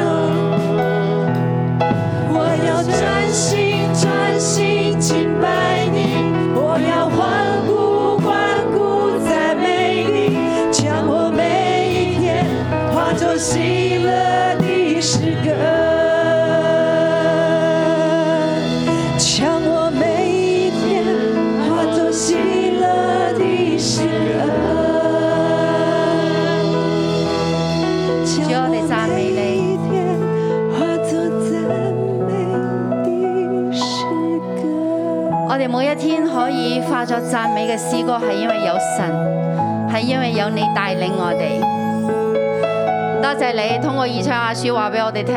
D: 我要专心、专心敬拜你，我要欢呼、欢呼赞美你，将我每一天化作喜乐的诗歌。将我每一天化作喜乐的诗歌。
E: 主我哋赞美你
D: 将我每一天化作赞美的诗歌。
E: 我哋每一天可以化作赞美嘅诗歌，係因為有神，係因為有你帶領我哋。多謝你通過以賽亞書話俾我哋聽，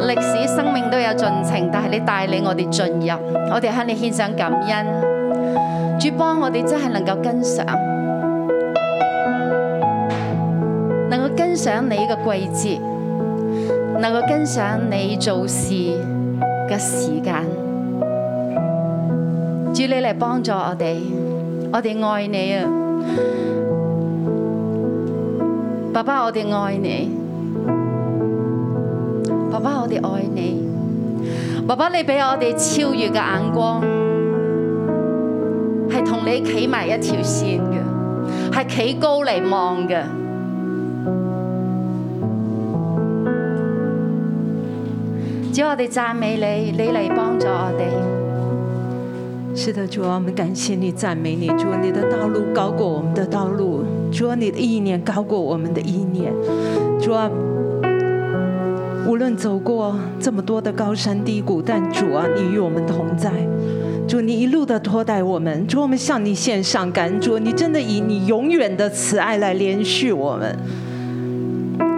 E: 歷史生命都有盡情，但係你帶領我哋進入，我哋向你獻上感恩。主幫我哋真係能夠跟上，能夠跟上你嘅季節，能夠跟上你做事嘅時間。主你嚟幫助我哋，我哋愛你啊！爸爸，我哋愛你，爸爸，我哋愛你，爸爸，你俾我哋超越嘅眼光，係同你企埋一條線嘅，係企高嚟望嘅。只要我哋讚美你，你嚟幫助我哋。
F: 是的，主啊，我们感谢你，赞美你，主啊，你的道路高过我们的道路，主啊，你的意念高过我们的意念，主啊，无论走过这么多的高山低谷，但主啊，你与我们同在。主，你一路的托带我们，主，我们向你献上感恩，主，你真的以你永远的慈爱来连续我们。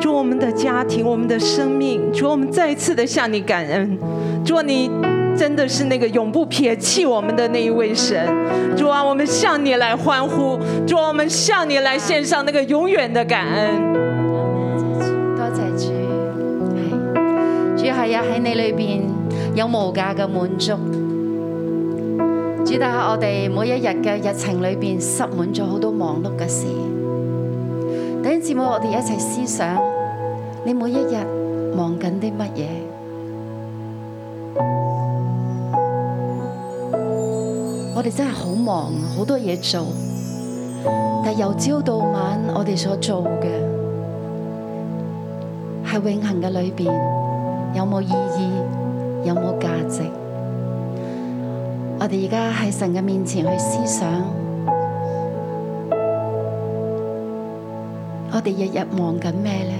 F: 主我们的家庭，我们的生命，主我们再一次的向你感恩，主啊你真的是那个永不撇弃我们的那一位神，主啊，我们向你来欢呼，主啊，我们向你来献上那个永远的感恩。
E: 多謝主，係主係啊喺你裏邊有無價嘅滿足。主但係我哋每一日嘅日程裏邊塞滿咗好多忙碌嘅事。弟兄姊妹，我哋一齊思想，你每一日忙緊啲乜嘢？我哋真係好忙，啊好多嘢做，但由朝到晚，我哋所做嘅係永恆嘅裏邊，有冇意義？有冇價值？我哋而家喺神嘅面前去思想，我哋日日忙緊咩呢？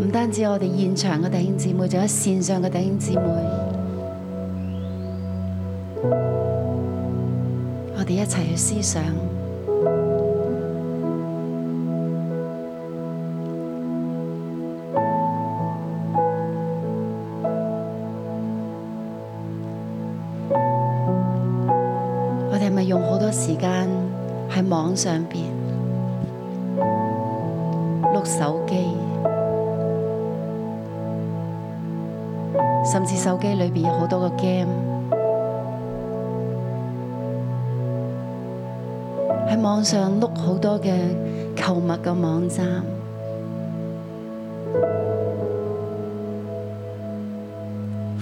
E: 唔單止我哋現場嘅弟兄姊妹，仲有線上嘅弟兄姊妹，我哋一齊去思想，我哋係咪用好多時間喺網上邊碌手機？甚至手機裏邊有好多個 game，喺網上碌好多嘅購物嘅網站，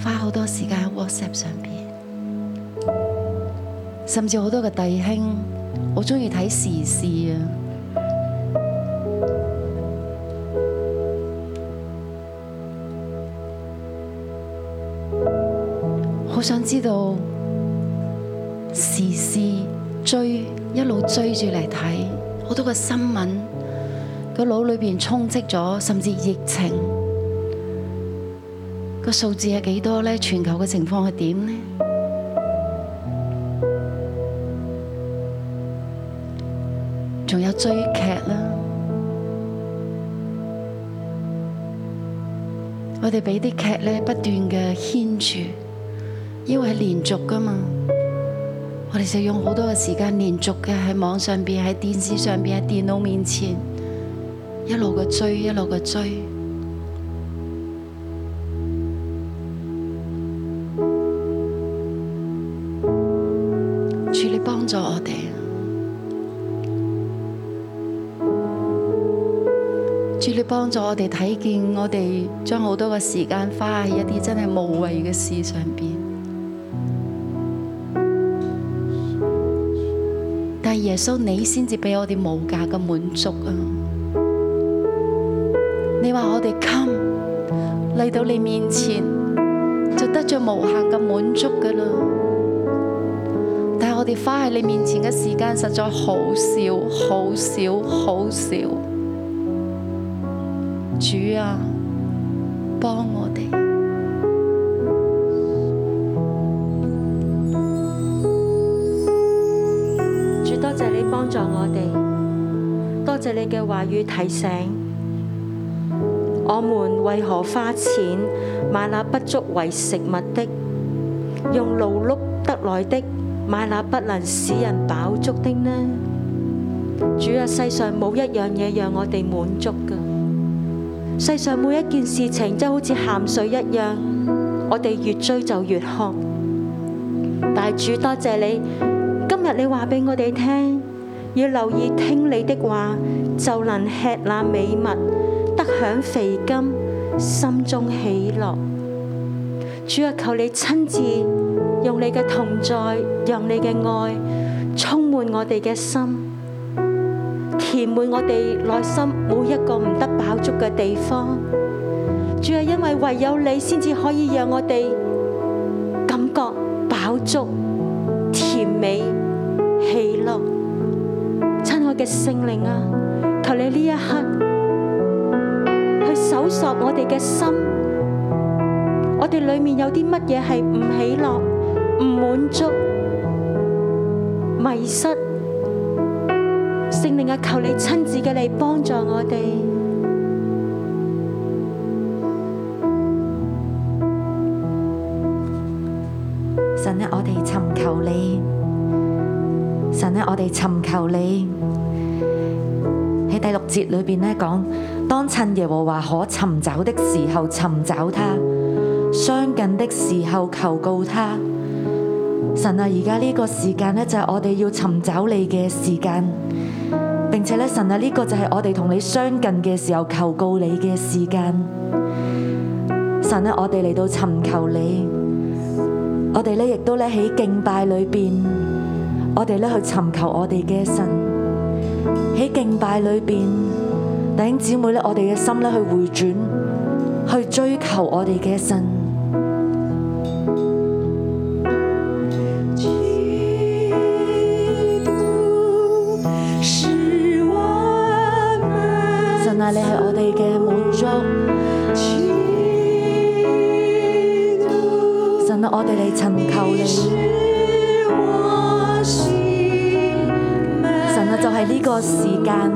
E: 花好多時間喺 WhatsApp 上邊，甚至好多嘅弟兄好中意睇時事啊！好想知道時事追一路追住嚟睇，好多個新聞，個腦裏邊充斥咗，甚至疫情個數字係幾多呢？全球嘅情況係點呢？仲有追劇啦，我哋俾啲劇呢不斷嘅牽住。因為係連續噶嘛，我哋就用好多嘅時間連續嘅喺網上邊、喺電視上邊、喺電腦面前，一路嘅追，一路嘅追。主，你幫助我哋，啊主，你幫助我哋睇見我哋將好多嘅時間花喺一啲真係無謂嘅事上邊。但耶穌，你先至俾我哋無價嘅滿足啊！你話我哋 come 嚟到你面前，就得着無限嘅滿足噶啦。但係我哋花喺你面前嘅時間實在好少，好少，好少。主啊，幫我哋！
G: 主多謝你幫助我哋，多謝你嘅話語提醒我們為何花錢買那不足為食物的，用勞碌得來的買那不能使人飽足的呢？主啊，世上冇一樣嘢讓我哋滿足噶，世上每一件事情真係好似鹹水一樣，我哋越追就越渴。但係主多謝你。今日你話俾我哋聽，要留意聽你的話，就能吃那美物，得享肥甘，心中喜樂。主啊，求你親自用你嘅同在，用你嘅愛充滿我哋嘅心，填滿我哋內心每一個唔得飽足嘅地方。主啊，因為唯有你先至可以讓我哋感覺飽足。甜美喜樂。親愛嘅聖靈啊，求你呢一刻去搜索我哋嘅心，我哋裏面有啲乜嘢係唔喜樂、唔滿足、迷失。聖靈啊，求你親自嘅嚟幫助我哋。
H: 神啊，我哋尋求你，神啊，我哋尋求你。喺第六節裏邊呢講，當趁耶和華可尋找的時候尋找他，相近的時候求告他。神啊，而家呢個時間呢，就係我哋要尋找你嘅時間，並且呢，神啊，呢、個就係我哋同你相近嘅時候求告你嘅時間。神啊，我哋嚟到尋求你，我哋呢亦都呢喺敬拜裏邊，我哋呢去尋求我哋嘅神。喺敬拜裏邊，弟兄姊妹呢，我哋嘅心呢去回轉，去追求我哋嘅神。神啊，你係我哋嘅滿足。神啊，我哋嚟尋求你。神啊，就係呢個時間。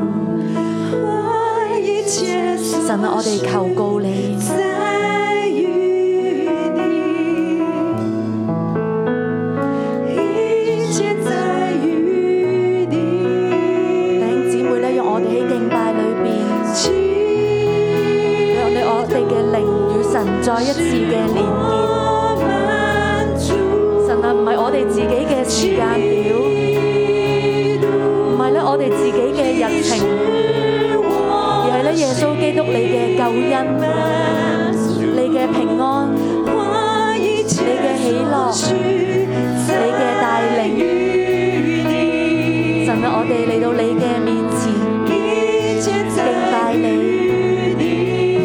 H: 神啊，我哋求告你。弟兄姊妹咧，讓我哋喺敬拜裏邊，讓我哋我哋嘅靈與神再一次嘅連結。神啊，唔係我哋自己嘅時間表，唔係咧我哋自己嘅日程，而係咧耶穌基督你嘅救恩，你嘅平安，你嘅喜樂，你嘅帶領。神啊，我哋嚟到你嘅面前，敬拜你。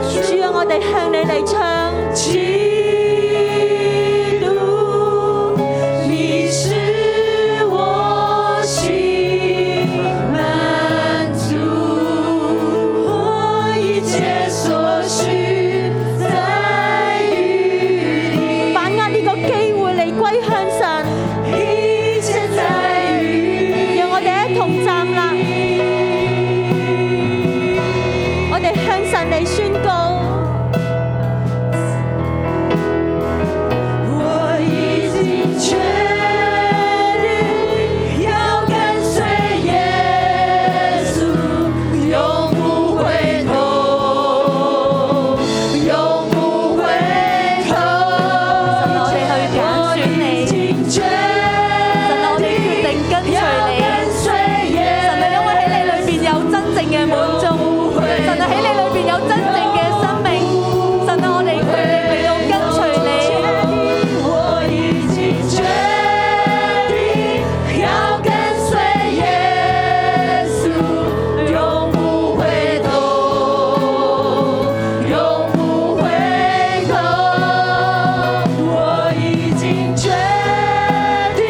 D: 主啊，我哋向你嚟唱。基督，你是我心满足，我一切所需在于你。把握呢個機會嚟歸向神，一切在於你。讓我哋一同站立，我哋向神嚟宣告。我已经确定要跟随耶稣，永不回头，永不回头。我已经确定要跟随耶稣，永不回头。我已经决定要跟随耶稣，永不回头，永不回头。我已经决定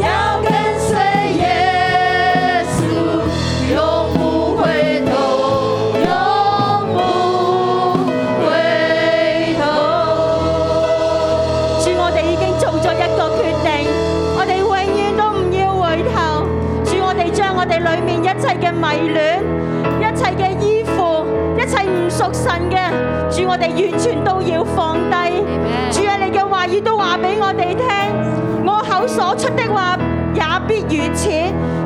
D: 要跟随耶稣，永不回头，永不回头。
I: 主，我哋已經做咗一個決定，我哋永遠都唔要回頭。主，我哋將我哋裏面一切嘅迷戀、一切嘅依附、一切唔屬神嘅，主，我哋完全都要放低。主啊，你嘅話語都話俾我哋聽，我口所出的話也必如此，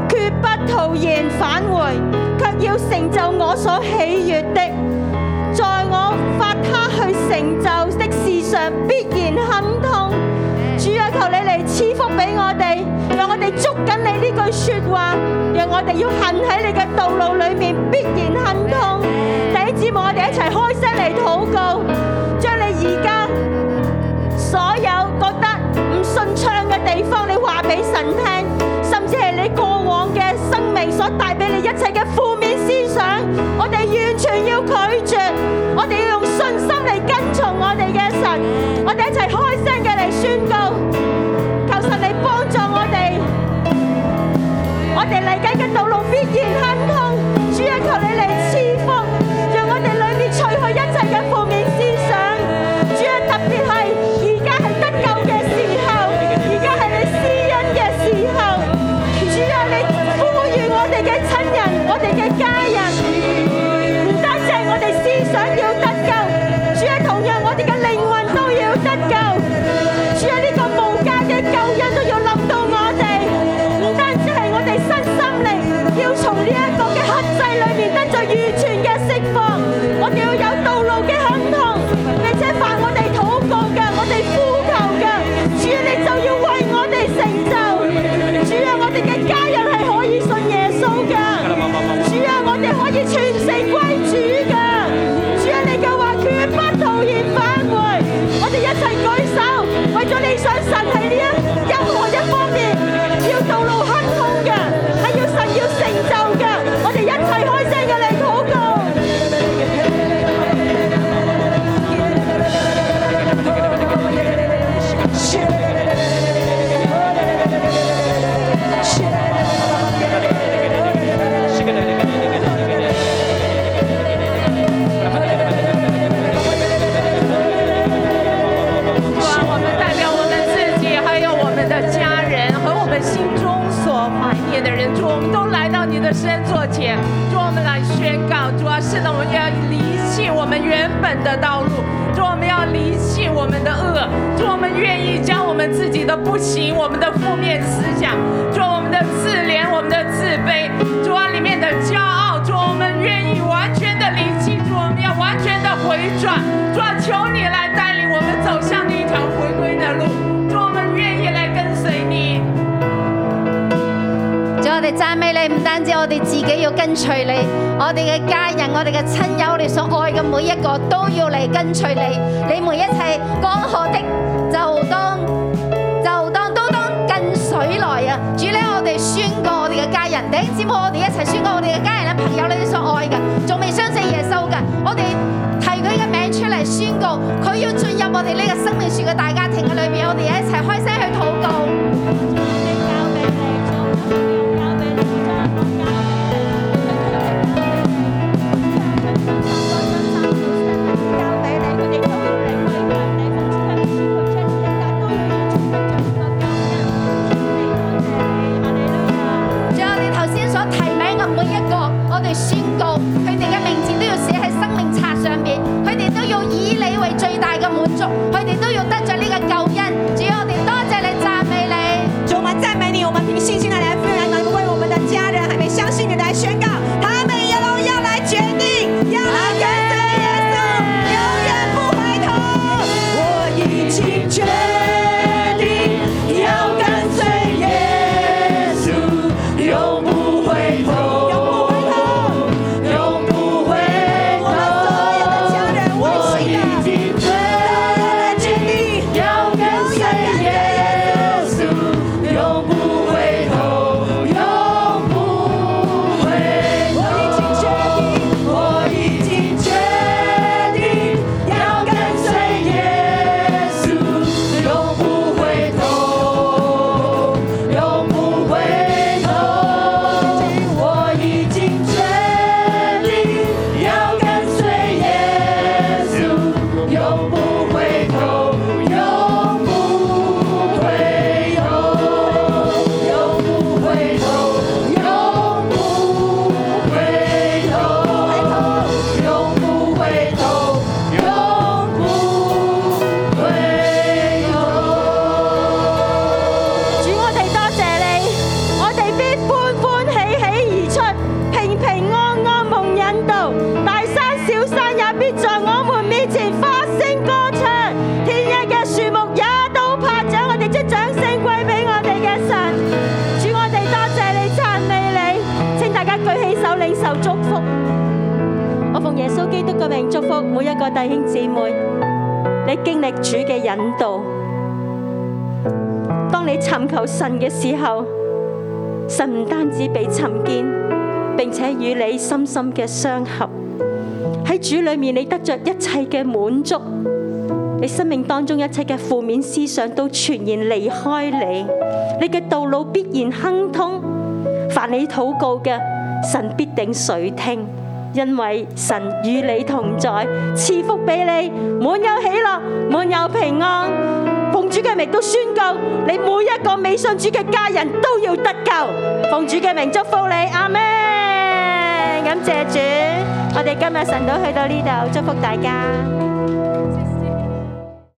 I: 決不徒然返回，卻要成就我所喜悦的。在我發他去成就的事上必然亨通。主啊，求你嚟賜福俾我哋，讓我哋捉緊你呢句说話，讓我哋要行喺你嘅道路裏面必然亨通。弟兄姊妹，我哋一齊開聲嚟禱告，將你而家所有覺得唔順暢嘅地方，你話俾神聽，甚至係你過往嘅生命所帶俾你一切嘅負面思想，我哋完全要拒絕，我哋要用信心嚟跟從我哋嘅神，我哋一齊開聲嘅嚟宣告，求神你幫助我哋，我哋嚟緊嘅道路必然亨通，主啊，求你嚟賜福，讓我哋裏面除去一切嘅負面思想。主啊，特別係而家係得救嘅時候，而家係你施恩嘅時候。主啊，你呼籲我哋嘅親人、我哋嘅家人，唔單止係我哋思想要得救，主啊，同樣我哋嘅靈魂都要得救。主啊，呢個無價嘅救恩都要臨到我哋，唔單止係我哋身心靈要從呢一啊
G: 啊啊本的道路。主，我们要离弃我们的恶，主，我们愿意将我们自己的不行、我们的负面思想，主，我们的自怜、我们的自卑，主啊里面的骄傲，主，我们愿意完全的离弃，主，我们要完全的回转，主啊，求你来带领我们走向那一条回归的路，主，我们愿意来跟随你。
J: 主，我哋赞美你，唔单止我哋自己要跟随你，我哋嘅家人、我哋嘅亲友、我哋所爱嘅每一个都要嚟跟随你。你们一切干涸的，就当就当都当近水来啊！主咧，我哋宣告我哋嘅家人，弟兄姊妹，我哋一齐宣告我哋嘅家人啦、朋友你哋所愛嘅，仲未相信耶穌嘅，我哋提佢嘅名出嚟宣告，佢要進入我哋呢個生命樹嘅大家庭嘅裏面，我哋一齊開聲去禱告。仲有我哋頭先所提名嘅每一個，我哋宣告佢哋嘅名字都要寫喺生命冊上邊，佢哋都要以你為最大嘅滿足，佢哋都要得着呢個救恩。主要我哋多謝你，讚美你。
D: 主，我们赞美你，我们凭信心的来分享，来为我们的家人还没相信你来宣告，他们也都要来决定，要来跟随耶稣，永远不回头。我已经决定要跟随耶稣，永不回头，永不回头，永不回头。我们所有的家人，我已经决定要跟随耶稣，永不回头，永不回头。我已经决定，我已经决定要跟随耶稣，永不回头，永不回头。我已经决定要跟随耶稣，永不回头，永不回头，永不回头，永不回头，永不回头，永不回头。
G: 主，我哋多謝你，我哋必歡歡喜喜而出，平平安安蒙引導，大山小山也必在我們面前發聲歌唱，天一嘅樹木也都拍掌，我哋將掌聲歸俾我哋嘅神。主，我哋多謝你，讚美你，請大家舉起手領受祝福。我奉耶穌基督嘅名祝福每一個弟兄姊妹，你經歷主嘅引導。当你寻求神嘅时候，神唔单止被寻见，并且与你深深嘅相合。喺主里面，你得着一切嘅满足，你生命当中一切嘅负面思想都全然离开你，你嘅道路必然亨通。凡你祷告嘅，神必定垂听。因为神与你同在，赐福俾你，满有喜乐，满有平安。奉主嘅名都宣告，你每一个未信主嘅家人都要得救。奉主嘅名祝福你，阿咩？感谢主，我哋今日神都去到呢度，祝福大家。